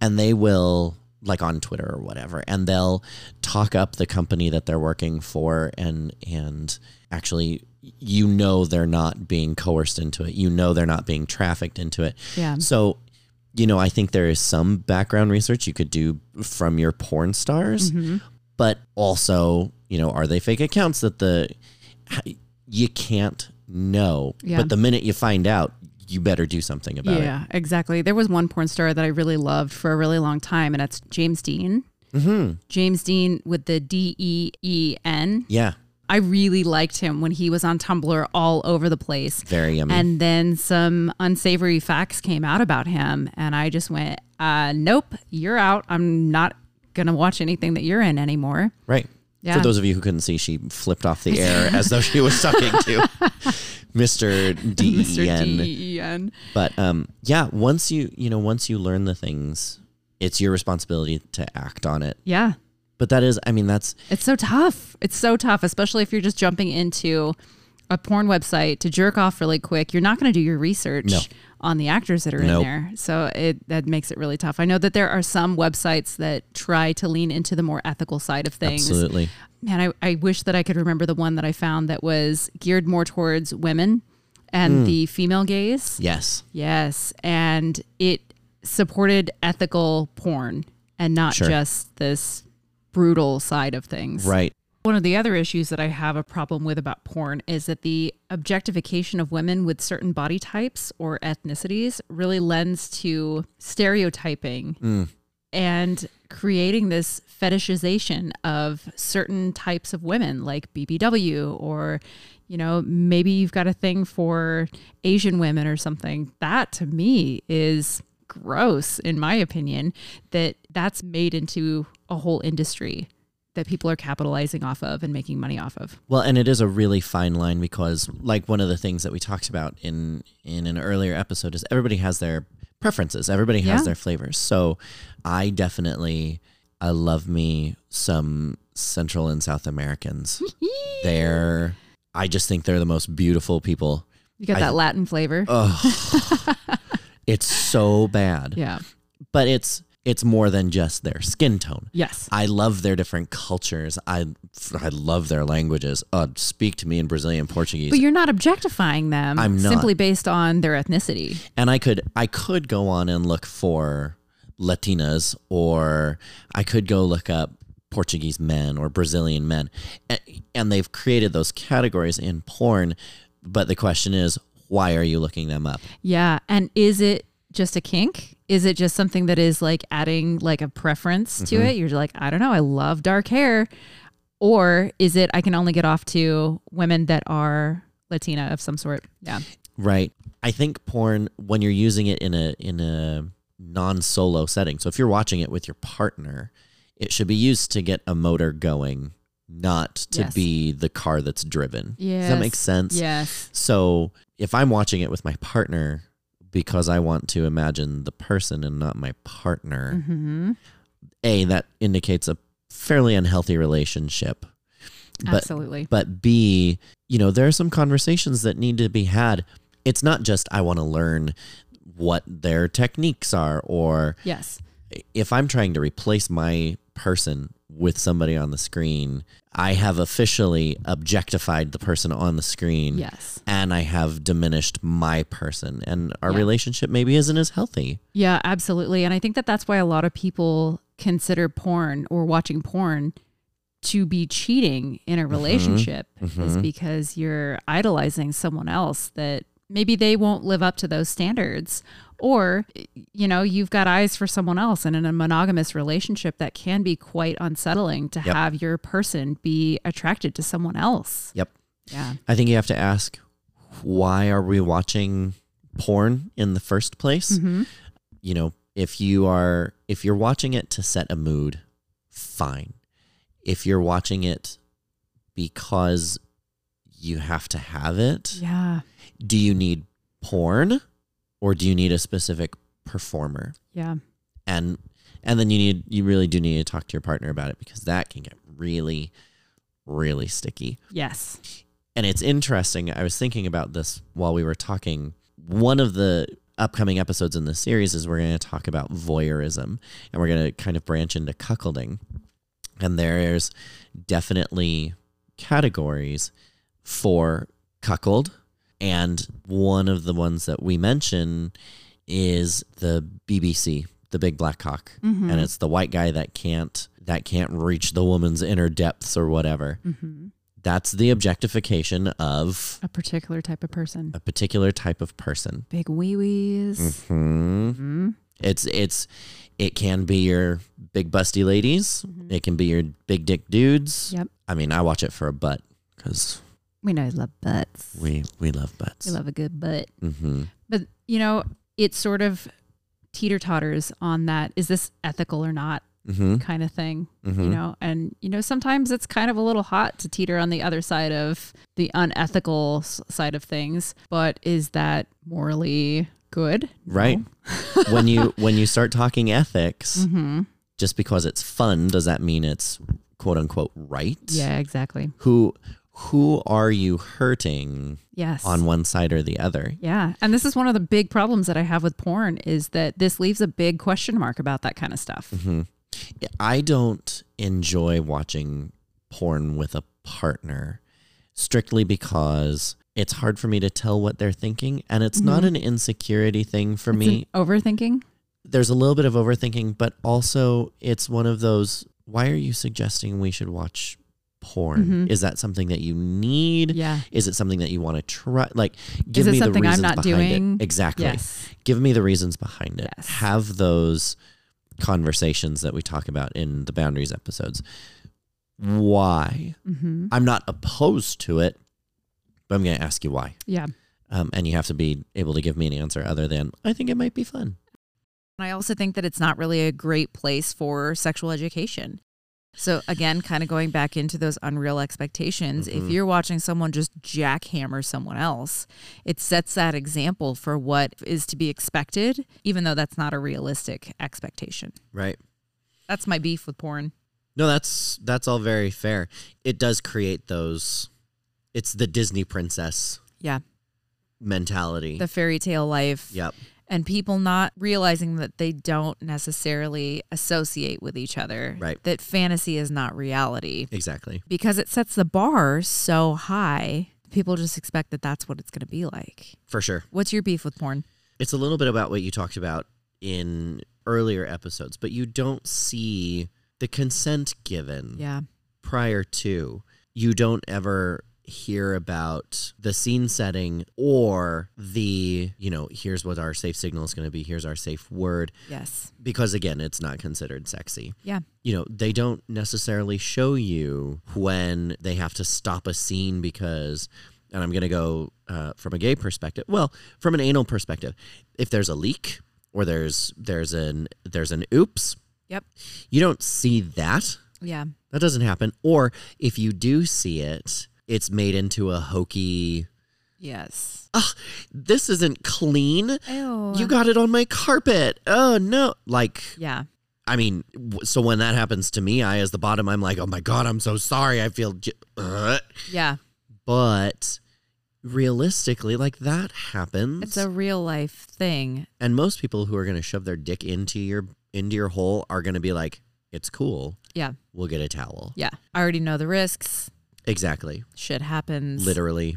and they will like on Twitter or whatever and they'll talk up the company that they're working for and and actually you know they're not being coerced into it. You know they're not being trafficked into it.
Yeah.
So you know, I think there is some background research you could do from your porn stars,
Mm-hmm.
but also, you know, are they fake accounts that the you can't know.
Yeah.
But the minute you find out, you better do something about it.
yeah exactly there was one porn star that i really loved for a really long time and that's james dean
Mm-hmm.
james dean with the d-e-e-n
Yeah.
i really liked him when he was on tumblr all over the place
Very yummy.
And then some unsavory facts came out about him, and I just went, uh, "Nope, you're out. I'm not gonna watch anything that you're in anymore."
right.
Yeah.
For those of you who couldn't see, she flipped off the air as though she was sucking to Mr.
Mr.
DEN.
D-E-N.
But um, yeah, once you you know once you learn the things, it's your responsibility to act on it.
Yeah,
But that is, I mean, that's
it's so tough. It's so tough, especially if you're just jumping into a porn website to jerk off really quick. You're not gonna do your research
No.
on the actors that are in
Nope.
there, so it that makes it really tough. I know that there are some websites that try to lean into the more ethical side of things.
absolutely
man, I, I wish that I could remember the one that I found that was geared more towards women
Hmm.
and the female gaze.
yes.
Yes. And it supported ethical porn and not
Sure.
just this brutal side of things.
Right.
One of the other issues that I have a problem with about porn is that the objectification of women with certain body types or ethnicities really lends to stereotyping and creating this fetishization of certain types of women like BBW or you know maybe you've got a thing for Asian women or something that to me is gross in my opinion that that's made into a whole industry that people are capitalizing off of and making money off of
Well, and it is a really fine line because, like, one of the things that we talked about in in an earlier episode is everybody has their preferences, everybody has
Yeah.
their flavors. So, I definitely, I love me some Central and South Americans. they're, I just think they're the most beautiful people.
you got
I- Oh.
that latin flavor
It's so bad,
yeah
but it's it's more than just their skin tone.
yes
I love their different cultures. I I love their languages. Uh, speak to me in Brazilian Portuguese.
but you're not objectifying them
I'm not.
simply based on their ethnicity
and I could I could go on and look for Latinas, or I could go look up Portuguese men or Brazilian men, and, and they've created those categories in porn. But the question is, why are you looking them up?
Yeah. And is it just a kink? Is it just something that is like adding like a preference
Mm-hmm.
to it? You're like, I don't know, I love dark hair. Or is it I can only get off to women that are Latina of some sort? Yeah.
right? I think porn when you're using it in a in a non-solo setting. So if you're watching it with your partner, it should be used to get a motor going, not to
Yes.
be the car that's driven. Does
Yes.
that make sense?
Yes.
So if I'm watching it with my partner because I want to imagine the person and not my partner,
Mm-hmm.
A, that indicates a fairly unhealthy relationship. But
Absolutely.
but B, you know, there are some conversations that need to be had. It's not just I want to learn what their techniques are or
Yes.
if I'm trying to replace my person with somebody on the screen, I have officially objectified the person on the screen
Yes.
and I have diminished my person and our
Yeah.
relationship maybe isn't as healthy.
Yeah, absolutely. And I think that that's why a lot of people consider porn or watching porn to be cheating in a
Mm-hmm,
relationship is because you're idolizing someone else that maybe they won't live up to those standards or you know you've got eyes for someone else and in a monogamous relationship that can be quite unsettling to
Yep.
have your person be attracted to someone else
Yep.
yeah
I think you have to ask why are we watching porn in the first place?
Mhm.
you know, if you are if you're watching it to set a mood, fine. If you're watching it because you have to have it,
yeah
do you need porn or do you need a specific performer?
yeah
And and then you need you really do need to talk to your partner about it because that can get really really sticky.
yes
And it's interesting. I was thinking about this while we were talking. One of the upcoming episodes in this series is we're going to talk about voyeurism and we're going to kind of branch into cuckolding. And there's definitely categories for cuckold. And one of the ones that we mention is the BBC, the big black cock.
Mhm.
And it's the white guy that can't that can't reach the woman's inner depths or whatever
hmm
that's the objectification of
a particular type of person
a particular type of person.
big wee wees
Hmm.
hmm
It's it's it can be your big busty ladies. It can be your big dick dudes.
Yep.
I mean, I watch it for a butt because
We know you love butts. We,
we we love butts.
love a good butt.
hmm
But, you know, it sort of teeter totters on that is this ethical or not
hmm
kind of thing,
hmm
you know? And, you know, sometimes it's kind of a little hot to teeter on the other side of the unethical s- side of things. But is that morally good?
Right. when you when you start talking ethics,
hmm
just because it's fun, does that mean it's quote unquote right?
Yeah, exactly.
Who who are you hurting
Yes.
on one side or the other?
yeah. And this is one of the big problems that I have with porn is that this leaves a big question mark about that kind of stuff.
hmm I don't enjoy watching porn with a partner strictly because it's hard for me to tell what they're thinking. And it's not
Mhm.
an insecurity thing for
It's an
me.
overthinking.
There's a little bit of overthinking, but also it's one of those why are you suggesting we should watch porn?
Mhm.
Is that something that you need?
Yeah.
Is it something that you want to try? Like, give
it
me the
something I'm
reasons
not
behind
doing?
it. Exactly
Yes.
give me the reasons behind it.
Yes.
Have those conversations that we talk about in the boundaries episodes. Why?
Mm-hmm.
I'm not opposed to it, but I'm going to ask you why.
Yeah.
Um, and you have to be able to give me an answer other than, I think it might be fun.
And I also think that it's not really a great place for sexual education. So again, kind of going back into those unreal expectations,
Mhm.
if you're watching someone just jackhammer someone else, it sets that example for what is to be expected, even though that's not a realistic expectation.
Right.
That's my beef with porn.
No, that's that's all very fair. It does create those. It's the Disney princess
Yeah.
mentality.
The fairy tale life
yep.
and people not realizing that they don't necessarily associate with each other.
Right.
That fantasy is not reality.
Exactly.
because it sets the bar so high, people just expect that that's what it's going to be like.
For sure.
What's your beef with porn?
it's a little bit about what you talked about in earlier episodes, but you don't see the consent given
Yeah.
prior to. You don't ever hear about the scene setting or the, you know, here's what our safe signal is going to be, here's our safe word,
Yes.
because again, it's not considered sexy.
Yeah.
You know, they don't necessarily show you when they have to stop a scene because and I'm going to go uh, from a gay perspective. Well, from an anal perspective, if there's a leak or there's there's an there's an oops,
Yep.
you don't see that.
Yeah.
That doesn't happen. Or if you do see it, it's made into a hokey.
Yes.
Ugh, this isn't clean.
Oh.
You got it on my carpet. Oh no! Like
Yeah.
I mean, w- so when that happens to me, I, as the bottom, I'm like, oh my God, I'm so sorry. I feel. J- uh.
Yeah.
But realistically, like that happens.
It's a real life thing.
and most people who are going to shove their dick into your into your hole are going to be like, it's cool.
Yeah.
We'll get a towel.
Yeah. I already know the risks.
Exactly.
Shit happens.
Literally.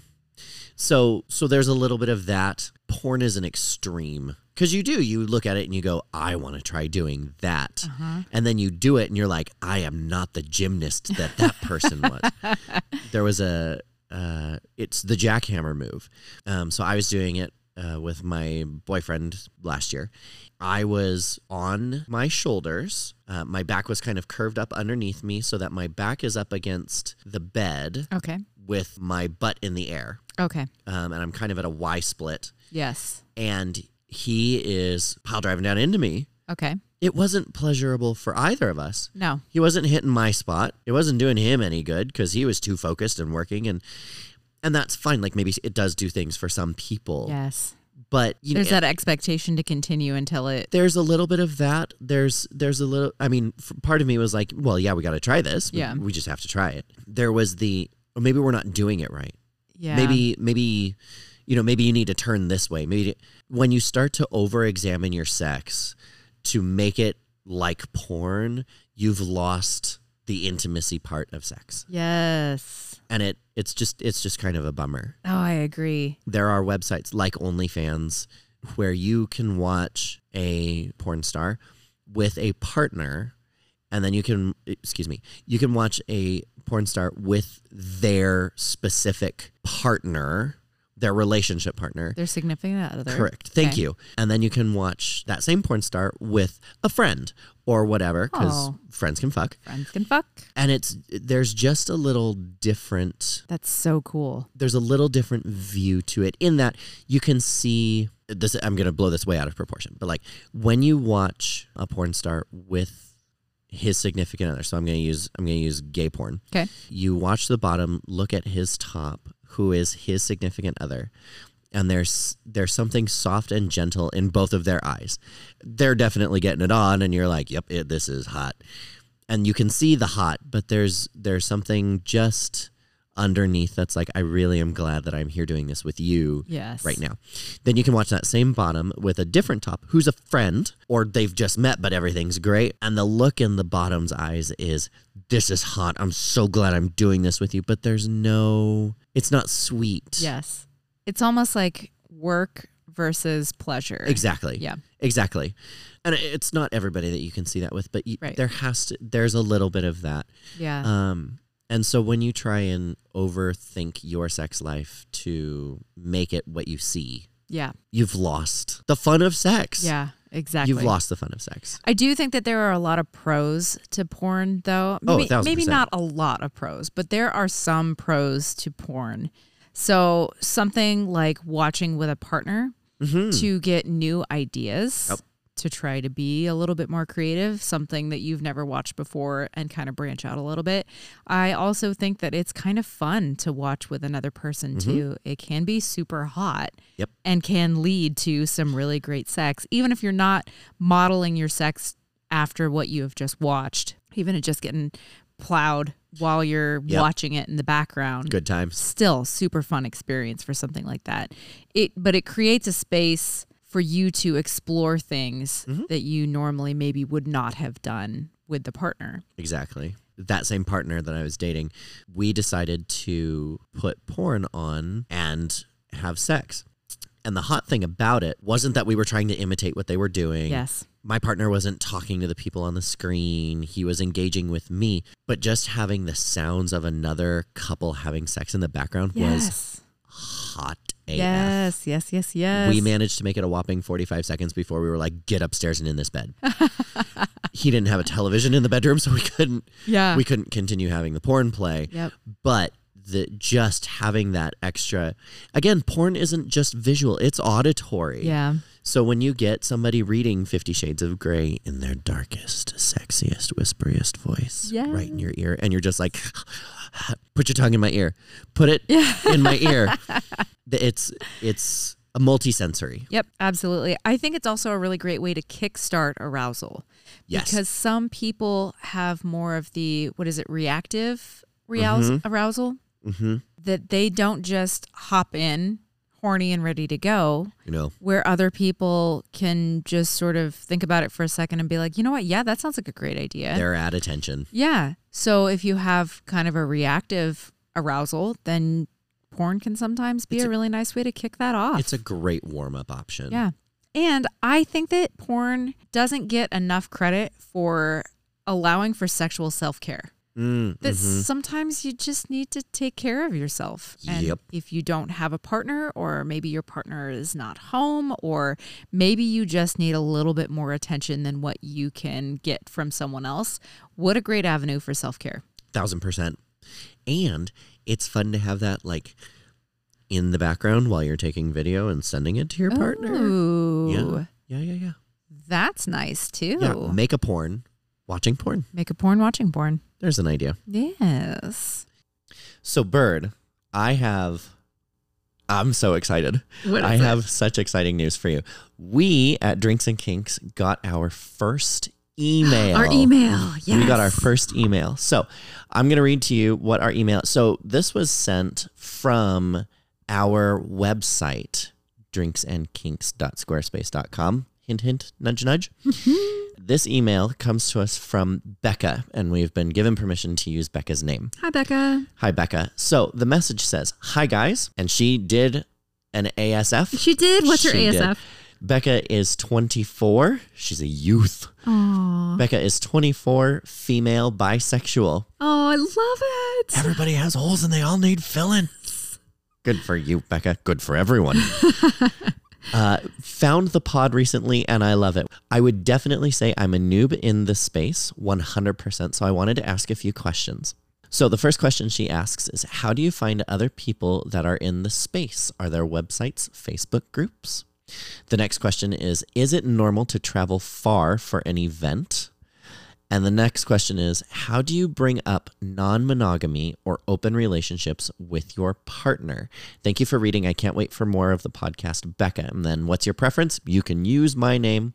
So so there's a little bit of that. Porn is an extreme. Because you do, you look at it and you go, I want to try doing that.
Uh-huh.
and then you do it and you're like i am not the gymnast that that person was there was a uh, it's the jackhammer move um, so i was doing it uh, with my boyfriend last year i was on my shoulders uh, my back was kind of curved up underneath me so that my back is up against the bed
Okay.
with my butt in the air
Okay.
um, and i'm kind of at a y split
Yes.
and he is pile driving down into me
Okay.
it wasn't pleasurable for either of us
No.
he wasn't hitting my spot. It wasn't doing him any good because he was too focused and working and and that's fine. Like maybe it does do things for some people,
Yes.
but you
There's
know,
that expectation to continue until it.
there's a little bit of that. There's there's a little. I mean, f- part of me was like, well, yeah, we got to try this. We-
Yeah.
we, just have to try it. There was the or maybe we're not doing it right.
Yeah.
Maybe maybe you know maybe you need to turn this way. Maybe when you start to over-examine your sex to make it like porn, you've lost the intimacy part of sex.
Yes.
and it it's just it's just kind of a bummer.
Oh, I agree.
There are websites like OnlyFans where you can watch a porn star with a partner, and then you can excuse me, you can watch a porn star with their specific partner, their relationship partner.
They're significant other.
Correct. Thank
Okay.
you. And then you can watch that same porn star with a friend or whatever, because
Oh.
friends can fuck.
Friends can fuck.
And it's there's just a little different
That's so cool.
there's a little different view to it in that you can see this I'm going to blow this way out of proportion but like when you watch a porn star with his significant other so I'm going to use I'm going to use gay porn
Okay.
you watch the bottom look at his top who is his significant other and there's there's something soft and gentle in both of their eyes they're definitely getting it on and you're like yep it, this is hot and you can see the hot but there's there's something just underneath that's like i really am glad that i'm here doing this with you
Yes.
right now then you can watch that same bottom with a different top who's a friend or they've just met but everything's great and the look in the bottom's eyes is this is hot i'm so glad i'm doing this with you but there's no it's not sweet
Yes. It's almost like work versus pleasure.
Exactly.
Yeah.
Exactly. And it's not everybody that you can see that with, but you,
Right.
there has to there's a little bit of that.
Yeah.
Um and so when you try and overthink your sex life to make it what you see,
yeah.
you've lost the fun of sex.
Yeah. Exactly.
You've lost the fun of sex.
I do think that there are a lot of pros to porn, though.
Oh,
Maybe,
1000%.
maybe not a lot of pros, but there are some pros to porn. So something like watching with a partner
Mhm.
to get new ideas.
Yep.
To try to be a little bit more creative, something that you've never watched before, and kind of branch out a little bit. I also think that it's kind of fun to watch with another person, too. It can be super hot
Mm-hmm. Yep.
and can lead to some really great sex, even if you're not modeling your sex after what you have just watched, even if just getting plowed while you're
Yep.
watching it in the background
Good times.
still super fun experience for something like that. It but it creates a space for you to explore things
Mm-hmm.
that you normally maybe would not have done with the partner.
Exactly. That same partner that I was dating, we decided to put porn on and have sex. And the hot thing about it wasn't that we were trying to imitate what they were doing.
Yes.
My partner wasn't talking to the people on the screen. He was engaging with me, but just having the sounds of another couple having sex in the background was
Yes.
hot AF.
Yes, yes, yes, yes.
We managed to make it a whopping 45 seconds before we were like, get upstairs and in this bed. he didn't have a television in the bedroom, so we couldn't
yeah.
we couldn't continue having the porn play.
yep.
But that just having that extra again porn isn't just visual it's auditory
Yeah.
so when you get somebody reading 50 shades of gray in their darkest sexiest whisperiest voice
Yeah.
right in your ear and you're just like put your tongue in my ear put it in my ear Th- it's it's a multisensory
Yep, absolutely. I think it's also a really great way to kickstart arousal.
Yes.
Because some people have more of the, what is it, reactive reous- arousal
mm-hmm.
that they don't just hop in horny and ready to go,
you know
where other people can just sort of think about it for a second and be like, you know what? Yeah, that sounds like a great idea.
they're at attention
Yeah. So if you have kind of a reactive arousal, then porn can sometimes be
It's
a,
a-
really nice way to kick that off.
it's a great warm-up option
Yeah. And I think that porn doesn't get enough credit for allowing for sexual self care.
Mm,
That
mhm.
sometimes you just need to take care of yourself. And
Yep.
if you don't have a partner, or maybe your partner is not home, or maybe you just need a little bit more attention than what you can get from someone else, what a great avenue for self care.
thousand percent. And it's fun to have that like in the background while you're taking video and sending it to your partner.
Ooh,
Yeah. Yeah, yeah, yeah.
that's nice too.
Yeah. Make a porn. Watching porn.
Make a porn watching porn.
There's an idea.
Yes.
So Bird, I have I'm so excited.
What
I
is it?
have such exciting news for you. We at Drinks and Kinks got our first email.
Our email. Yes.
We got our first email. So I'm going to read to you what our email. So this was sent from our website, drinksandkinks.squarespace.com. Hint, hint, nudge, nudge.
Mm-hmm.
this email comes to us from Becca, and we've been given permission to use Becca's name.
Hi, Becca.
Hi, Becca. So the message says, Hi, guys. And she did an ASF.
She did. What's her
She did.
ASF?
Becca is 24. She's a youth.
Oh,
Becca is 24, female, bisexual.
oh, I love it.
Everybody has holes and they all need filling. Good for you, Becca. Good for everyone. uh, found the pod recently and I love it. I would definitely say I'm a noob in this space, 100%. So I wanted to ask a few questions. So the first question she asks is How do you find other people that are in the space? Are there websites, Facebook groups? The next question is Is it normal to travel far for an event? And the next question is How do you bring up non monogamy or open relationships with your partner? Thank you for reading. I can't wait for more of the podcast, Becca. And then what's your preference? You can use my name.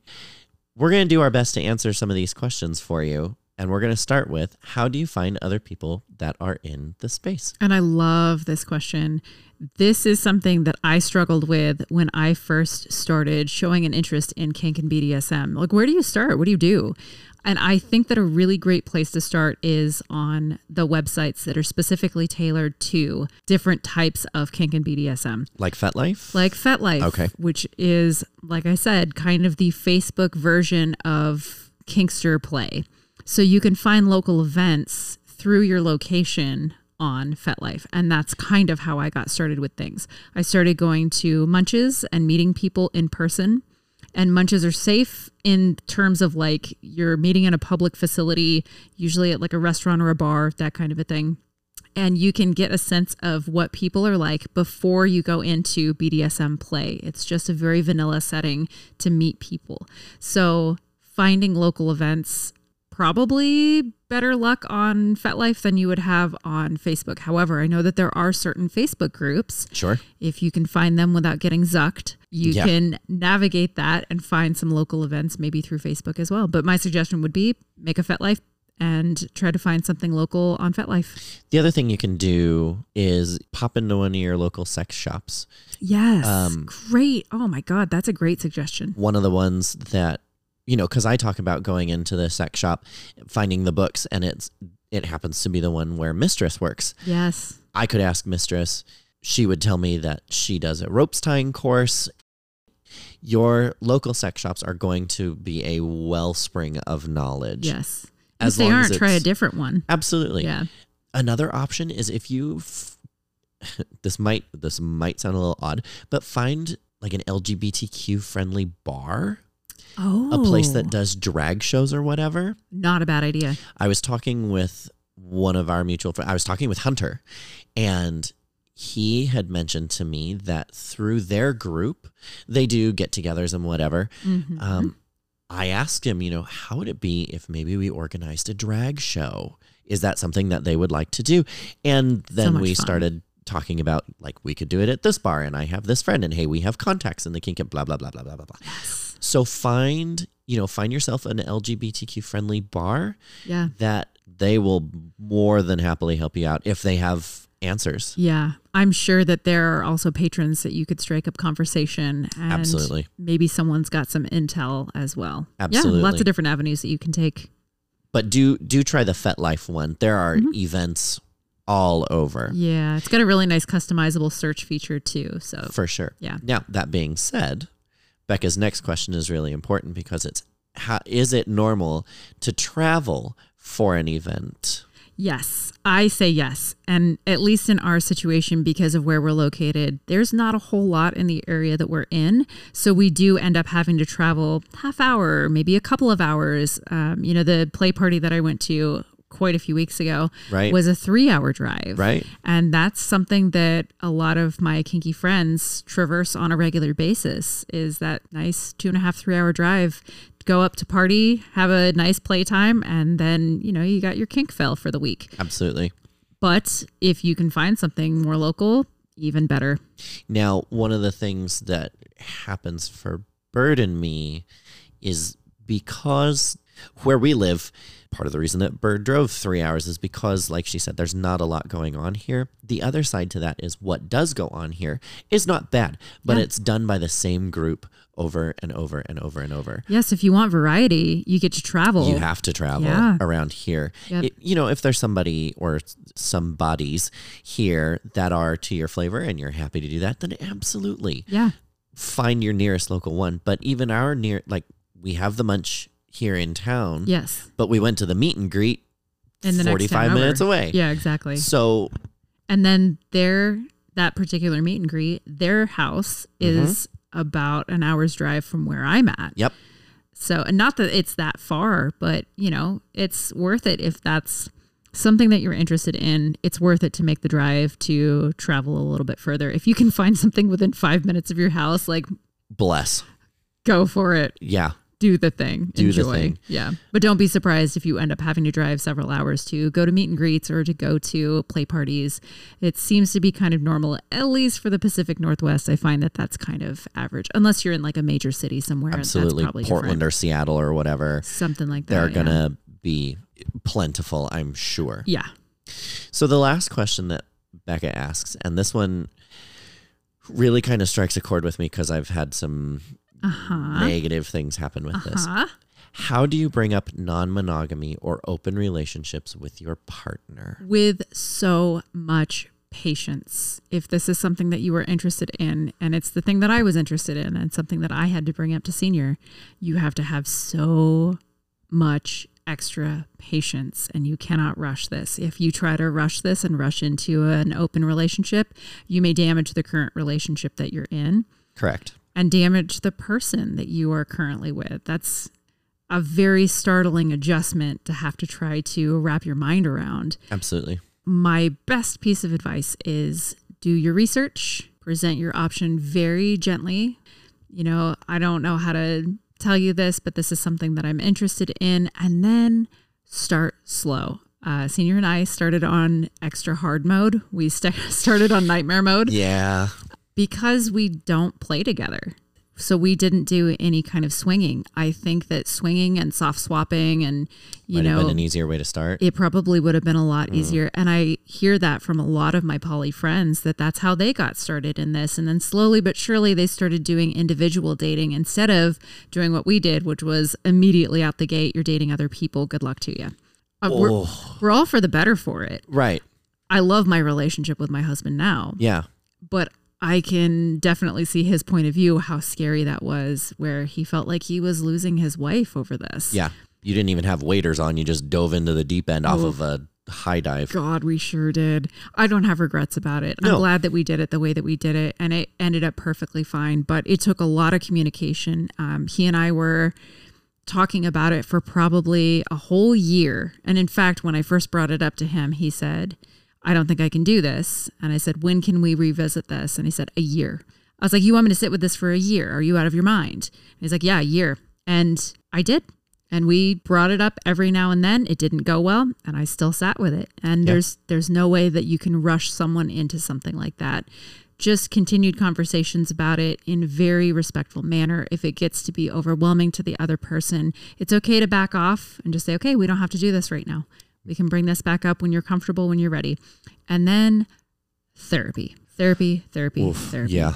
We're going to do our best to answer some of these questions for you. And we're going to start with How do you find other people that are in the space?
And I love this question. This is something that I struggled with when I first started showing an interest in kink and BDSM. Like, where do you start? What do you do? And I think that a really great place to start is on the websites that are specifically tailored to different types of kink and BDSM
Like FetLife?
like FetLife,
Okay.
which is, like I said, kind of the Facebook version of Kinkster Play. So you can find local events through your location on FetLife. And that's kind of how I got started with things. I started going to munches and meeting people in person. And munches are safe in terms of like you're meeting in a public facility, usually at like a restaurant or a bar, that kind of a thing and you can get a sense of what people are like before you go into BDSM play. It's just a very vanilla setting to meet people. So, finding local events probably better luck on FetLife than you would have on Facebook. However, I know that there are certain Facebook groups
sure.
if you can find them without getting zucked, you
Yeah.
can navigate that and find some local events, maybe through Facebook as well. But my suggestion would be make a FetLife and try to find something local on FetLife.
The other thing you can do is pop into one of your local sex shops.
Yes.
Um,
great. Oh my God. That's a great suggestion.
one of the ones that you know because i talk about going into the sex shop finding the books and it's it happens to be the one where mistress works
Yes.
i could ask mistress she would tell me that she does a ropes tying course your local sex shops are going to be a wellspring of knowledge
Yes.
As
if they
long as
aren't, try a
it's-
different one.
absolutely
yeah.
another option is if you f- this might this might sound a little odd but find like an lgbtq friendly bar
Oh.
a place that does drag shows or whatever.
Not a bad idea.
I was talking with one of our mutual friends. I was talking with Hunter, and he had mentioned to me that through their group, they do get-togethers and whatever.
Mm-hmm.
Mhm.
Um, I asked him, you know, how would it be if maybe we organized a drag show? Is that something that they would like to do? And then
much
we
fun.
started talking about like we could do it at this bar, and I have this friend, and hey, we have contacts in the kink, and blah blah blah blah blah blah blah. So find you know find yourself an LGBTQ friendly bar
Yeah.
that they will more than happily help you out if they have answers.
Yeah. I'm sure that there are also patrons that you could strike up conversation and
Absolutely.
maybe someone's got some intel as well. Yeah. Lots
Absolutely.
of different avenues that you can take.
But do do try the FetLife one. There are events all over.
Yeah. It's got a really nice customizable search feature too. So
For sure.
Yeah.
Now, that being said, Becca's next question is really important because it's how is it normal to travel for an event?
Yes, I say yes. And at least in our situation, because of where we're located, there's not a whole lot in the area that we're in. So we do end up having to travel half hour, maybe a couple of hours. Um, you know, the play party that I went to quite a few weeks ago
Right.
was a three hour drive.
Right?
And that's something that a lot of my kinky friends traverse on a regular basis is that nice two and a half, three hour drive. Go up to party, have a nice playtime, and then, you know, you got your kink fell for the week.
Absolutely.
But if you can find something more local, even better.
Now, one of the things that happens for Bird and me is because where we live, part of the reason that Bird drove three hours is because, like she said, there's not a lot going on here. The other side to that is what does go on here is not bad, but
Yeah.
it's done by the same group over and over and over and over.
Yes, if you want variety, you get to travel.
You have to travel
Yeah.
around here.
Yep.
It- you know, if there's somebody or some bodies here that are to your flavor and you're happy to do that, then absolutely
yeah.
find your nearest local one. But even our near, like we have the munch here in town,
Yes.
but we went to the meet and greet
In the next
45
town
minutes
over.
away.
Yeah, exactly.
So
And then their that particular meet and greet, their house is about an hour's drive from where I'm at.
Yep.
So, and not that it's that far, but you know, it's worth it if that's something that you're interested in. It's worth it to make the drive to travel a little bit further. If you can find something within 5 minutes of your house, like
bless.
go for it.
Yeah.
do the thing.
Do the
Enjoy.
thing.
Yeah. But don't be surprised if you end up having to drive several hours to go to meet and greets or to go to play parties. It seems to be kind of normal, at least for the Pacific Northwest. I find that that's kind of average, unless you're in like a major city somewhere. and
Absolutely.
That's probably
Portland
different.
or Seattle or whatever.
Something like that.
They're
yeah.
going to be plentiful, I'm sure.
Yeah.
So the last question that Becca asks, and this one really kind of strikes a chord with me because I've had some
Uh huh.
negative things happen with
Uh
this.
huh.
How do you bring up non monogamy or open relationships with your partner?
with so much patience. If this is something that you were interested in, and it's the thing that I was interested in, and something that I had to bring up to senior, you have to have so much extra patience and you cannot rush this. If you try to rush this and rush into an open relationship, you may damage the current relationship that you're in
Correct.
and damage the person that you are currently with. That's a very startling adjustment to have to try to wrap your mind around
Absolutely.
my best piece of advice is do your research, present your option very gently. You know, I don't know how to tell you this, but this is something that I'm interested in. And then start slow. Uh, Senior and I started on extra hard mode. We st- started on nightmare mode
Yeah.
because we don't play together. So we didn't do any kind of swinging. I think that swinging and soft swapping and, you
Might
know,
have been an easier way to start.
it probably would have been a lot easier. And I hear that from a lot of my poly friends that that's how they got started in this. And then slowly but surely, they started doing individual dating instead of doing what we did, which was immediately out the gate, you're dating other people. Good luck to you. Uh, we're, we're all for the better for it.
right.
I love my relationship with my husband now,
Yeah.
but I can definitely see his point of view, how scary that was, where he felt like he was losing his wife over this.
Yeah. You didn't even have waiters on. You just dove into the deep end
Oh.
off of a high dive.
God, we sure did. I don't have regrets about it.
No.
I'm glad that we did it the way that we did it, and it ended up perfectly fine. But it took a lot of communication. Um, he and I were talking about it for probably a whole year. And in fact, when I first brought it up to him, he said, I don't think I can do this. And I said, When can we revisit this? And he said, A year. I was like, You want me to sit with this for a year? Are you out of your mind? And he's like, Yeah, a year. And I did. And we brought it up every now and then. It didn't go well, and I still sat with it. And there's there's no way that you can rush someone into something like that. Just continued conversations about it in very respectful manner. If it gets to be overwhelming to the other person, it's okay to back off and just say, "Okay, we don't have to do this right now. We can bring this back up when you're comfortable, when you're ready." And then therapy. Therapy, therapy, therapy
Yeah.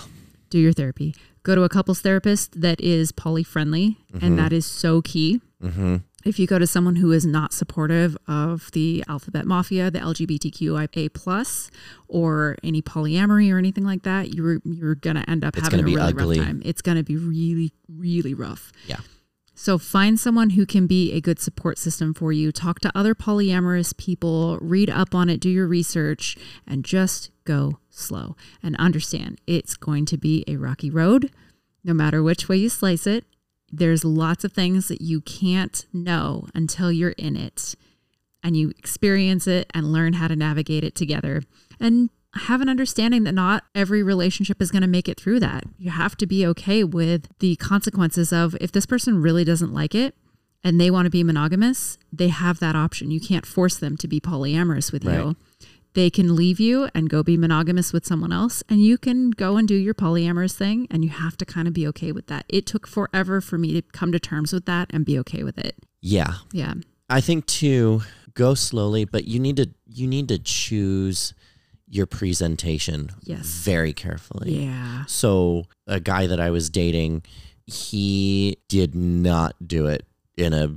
do your therapy. Go to a couples therapist that is poly friendly, and
Mm-hmm.
that is so key. If you go to someone who is not supportive of the alphabet mafia, the LGBTQIA plus, or any polyamory or anything like that, you're you're gonna end up
It's
having
gonna
a
be
really
ugly.
rough time. It's gonna be really really rough.
Yeah.
So find someone who can be a good support system for you. Talk to other polyamorous people, read up on it, do your research, and just go slow and understand it's going to be a rocky road no matter which way you slice it. There's lots of things that you can't know until you're in it and you experience it and learn how to navigate it together and have an understanding that not every relationship is going to make it through that. You have to be okay with the consequences of if this person really doesn't like it and they want to be monogamous, they have that option. You can't force them to be polyamorous with
Right.
you. They can leave you and go be monogamous with someone else, and you can go and do your polyamorous thing, and you have to kind of be okay with that. It took forever for me to come to terms with that and be okay with it.
Yeah.
Yeah.
I think to go slowly, but you need to you need to choose your presentation
Yes.
very carefully.
Yeah.
So a guy that I was dating, he did not do it in a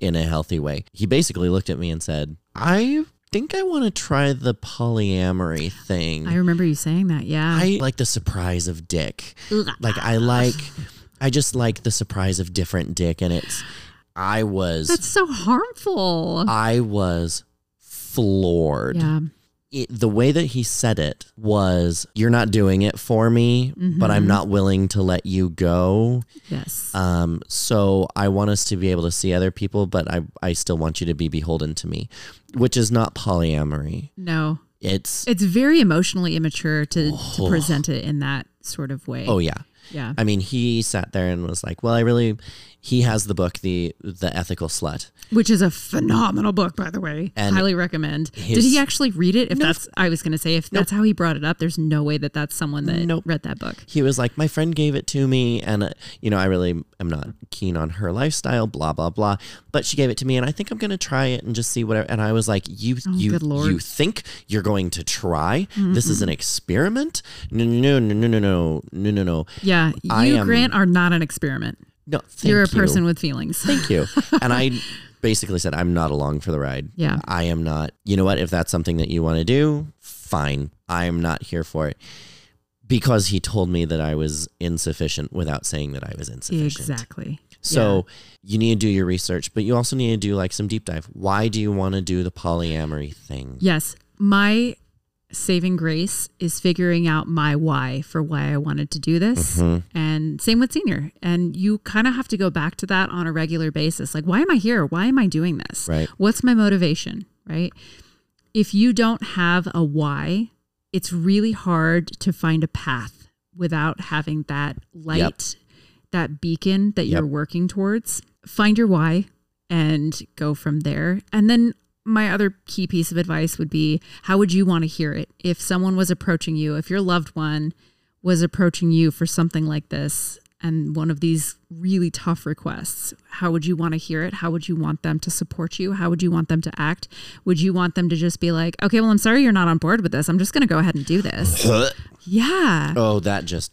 in a healthy way. He basically looked at me and said, "I think I want to try the polyamory thing.
I remember you saying that. Yeah.
I like the surprise of dick.
Ugh.
Like I like I just like the surprise of different dick and it's I was
That's so harmful.
I was floored.
yeah.
It- the way that he said it was, "You're not doing it for me, but I'm not willing to let you go.
Yes.
Um, so I want us to be able to see other people, but I I still want you to be beholden to me, which is not polyamory.
no.
It's
It's very emotionally immature to, to present it in that sort of way.
oh yeah."
yeah.
I mean, he sat there and was like, "Well, I really." He has the book, the the ethical slut.
Which is a phenomenal book, by the way.
And
Highly recommend.
his-
Did he actually read it? If that's, I was going to say, if that's how he brought it up, there's no way that that's someone that
Nope.
read that book.
he was like, my friend gave it to me, and uh, you know, I really am not keen on her lifestyle, blah blah blah. But she gave it to me, and I think I'm gonna try it and just see whatever. And I was like, you you
Oh, good Lord. Mm-hmm.
you think you're going to try? This is an experiment? No no no no no no no no no
Yeah.
I
You,
am-
Grant, are not an experiment.
no. Thank
You're a
you.
person with feelings.
Thank you. And I basically said, I'm not along for the ride.
Yeah.
I am not. You know what? If that's something that you want to do, fine. I'm not here for it. Because he told me that I was insufficient without saying that I was insufficient.
Exactly.
So you need to do your research, but you also need to do like some deep dive. Why do you want to do the polyamory thing?
Yes. My saving grace is figuring out my why for why I wanted to do this. And same with senior. And you kind of have to go back to that on a regular basis. Like, why am I here? Why am I doing this?
Right.
What's my motivation? Right. If you don't have a why, it's really hard to find a path without having that light, that beacon that
Yep.
you're working towards. Find your why and go from there. And then my other key piece of advice would be how would you want to hear it if someone was approaching you, if your loved one was approaching you for something like this and one of these really tough requests, how would you want to hear it? How would you want them to support you? How would you want them to act? Would you want them to just be like, okay, well, I'm sorry you're not on board with this. I'm just going to go ahead and do this? yeah.
oh, that just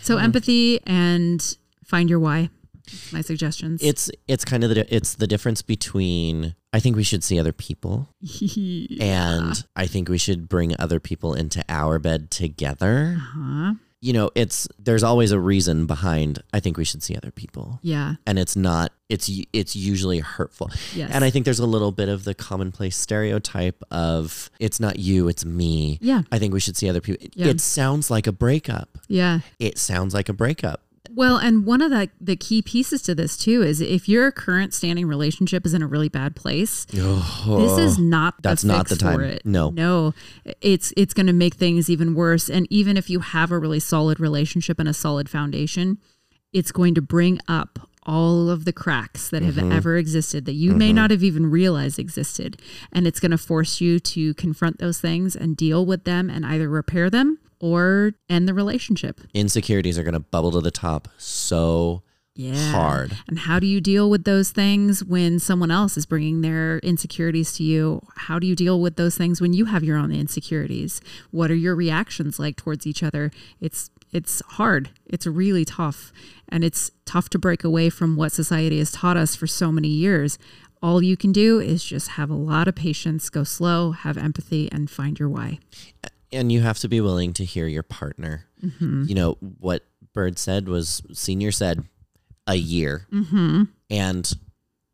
So empathy and find your why. That's My suggestions.
it's it's kind of the di- it's the difference between I think we should see other people
Uh-huh.
and I think we should bring other people into our bed together.
uh-huh.
You know, it's there's always a reason behind I think we should see other people.
Yeah.
and it's not it's u- it's usually hurtful.
Yes.
And I think there's a little bit of the commonplace stereotype of it's not you, it's me.
Yeah.
I think we should see other people. It-
Yeah.
It sounds like a breakup.
Yeah.
It sounds like a breakup.
Well, and one of the, the key pieces to this too is if your current standing relationship is in a really bad place, this is not
That's
the
not
fix
the time.
for it.
No.
no, it's it's going to make things even worse. And even if you have a really solid relationship and a solid foundation, it's going to bring up all of the cracks that
Mm-hmm.
have ever existed that you may not have even realized existed, and it's going to force you to confront those things and deal with them and either repair them or end the relationship.
Insecurities are going to bubble to the top so
yeah.
hard.
And how do you deal with those things when someone else is bringing their insecurities to you? How do you deal with those things when you have your own insecurities? What are your reactions like towards each other? It's it's hard. It's really tough. And it's tough to break away from what society has taught us for so many years. All you can do is just have a lot of patience, go slow, have empathy and find your why.
and you have to be willing to hear your partner.
Mm-hmm.
You know what Bird said was senior said a year,
Mm-hmm.
and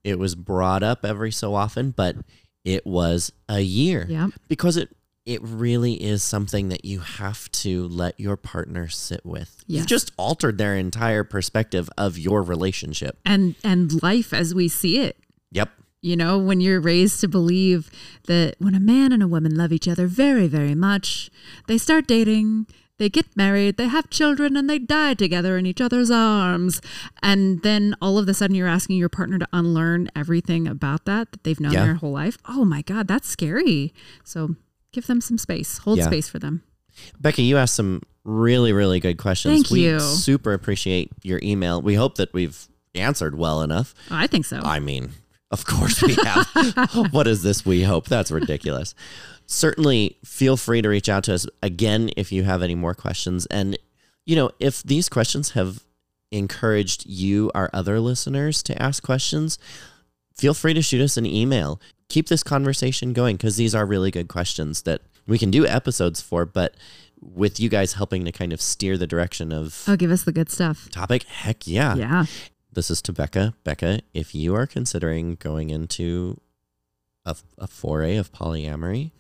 it was brought up every so often, but it was a year
Yep.
because it it really is something that you have to let your partner sit with.
Yes.
You've just altered their entire perspective of your relationship.
And and life as we see it
Yep.
You know, when you're raised to believe that when a man and a woman love each other very, very much, they start dating, they get married, they have children, and they die together in each other's arms. And then all of a sudden, you're asking your partner to unlearn everything about that that they've known
Yeah.
their whole life. Oh my God, that's scary. So give them some space, hold
Yeah.
space for them.
Becky, you asked some really, really good questions.
Thank
we
you.
super appreciate your email. We hope that we've answered well enough.
Oh, I think so.
I mean, of course we have. what is this? We hope. That's ridiculous. Certainly feel free to reach out to us again if you have any more questions. And, you know, if these questions have encouraged you, our other listeners, to ask questions, feel free to shoot us an email. Keep this conversation going because these are really good questions that we can do episodes for, but with you guys helping to kind of steer the direction of
oh, give us the good stuff.
topic, heck
Yeah.
this is to Becca. Becca, if you are considering going into a, a foray of polyamory,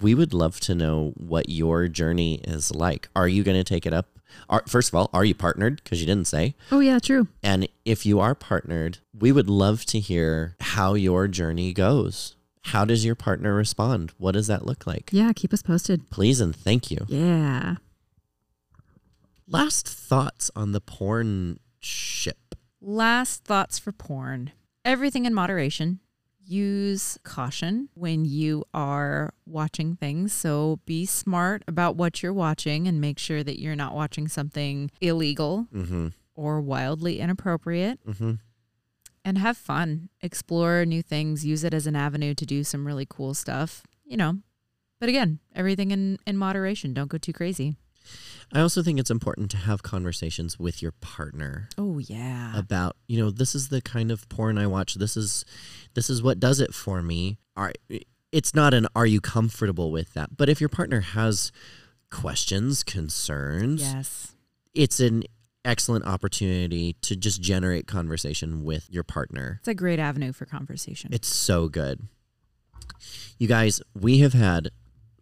we would love to know what your journey is like. Are you going to take it up? Are, first of all, are you partnered? Because you didn't say.
Oh, yeah, true.
And if you are partnered, we would love to hear how your journey goes. How does your partner respond? What does that look like?
Yeah, keep us posted.
Please and thank you.
Yeah.
Last thoughts on the porn ship.
Last thoughts for porn. Everything in moderation. Use caution when you are watching things. So be smart about what you're watching and make sure that you're not watching something illegal
Mm-hmm.
or wildly inappropriate.
Mm-hmm.
And have fun. Explore new things. Use it as an avenue to do some really cool stuff, you know. But again, everything in, in moderation. Don't go too crazy.
I also think it's important to have conversations with your partner
Oh, yeah.
about, you know, this is the kind of porn I watch. This is this is what does it for me. Are it's not an are you comfortable with that? But if your partner has questions, concerns,
Yes.
it's an excellent opportunity to just generate conversation with your partner.
It's a great avenue for conversation.
It's so good. You guys, we have had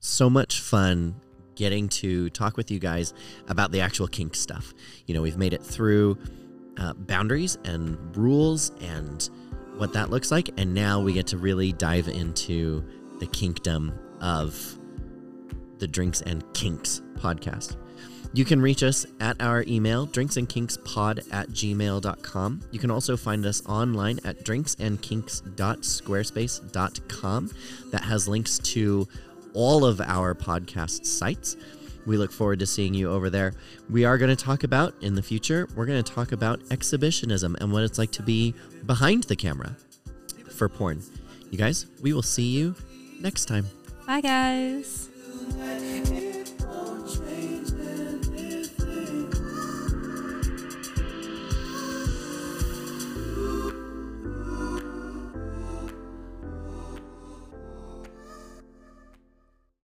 so much fun getting to talk with you guys about the actual kink stuff. You know, we've made it through uh, boundaries and rules and what that looks like. And now we get to really dive into the kinkdom of the Drinks and Kinks podcast. You can reach us at our email, drinksandkinkspod at gmail.com. You can also find us online at drinksandkinks.squarespace.com. That has links to all of our podcast sites. We look forward to seeing you over there. We are going to talk about, in the future, we're going to talk about exhibitionism and what it's like to be behind the camera for porn. You guys, we will see you next time.
Bye, guys.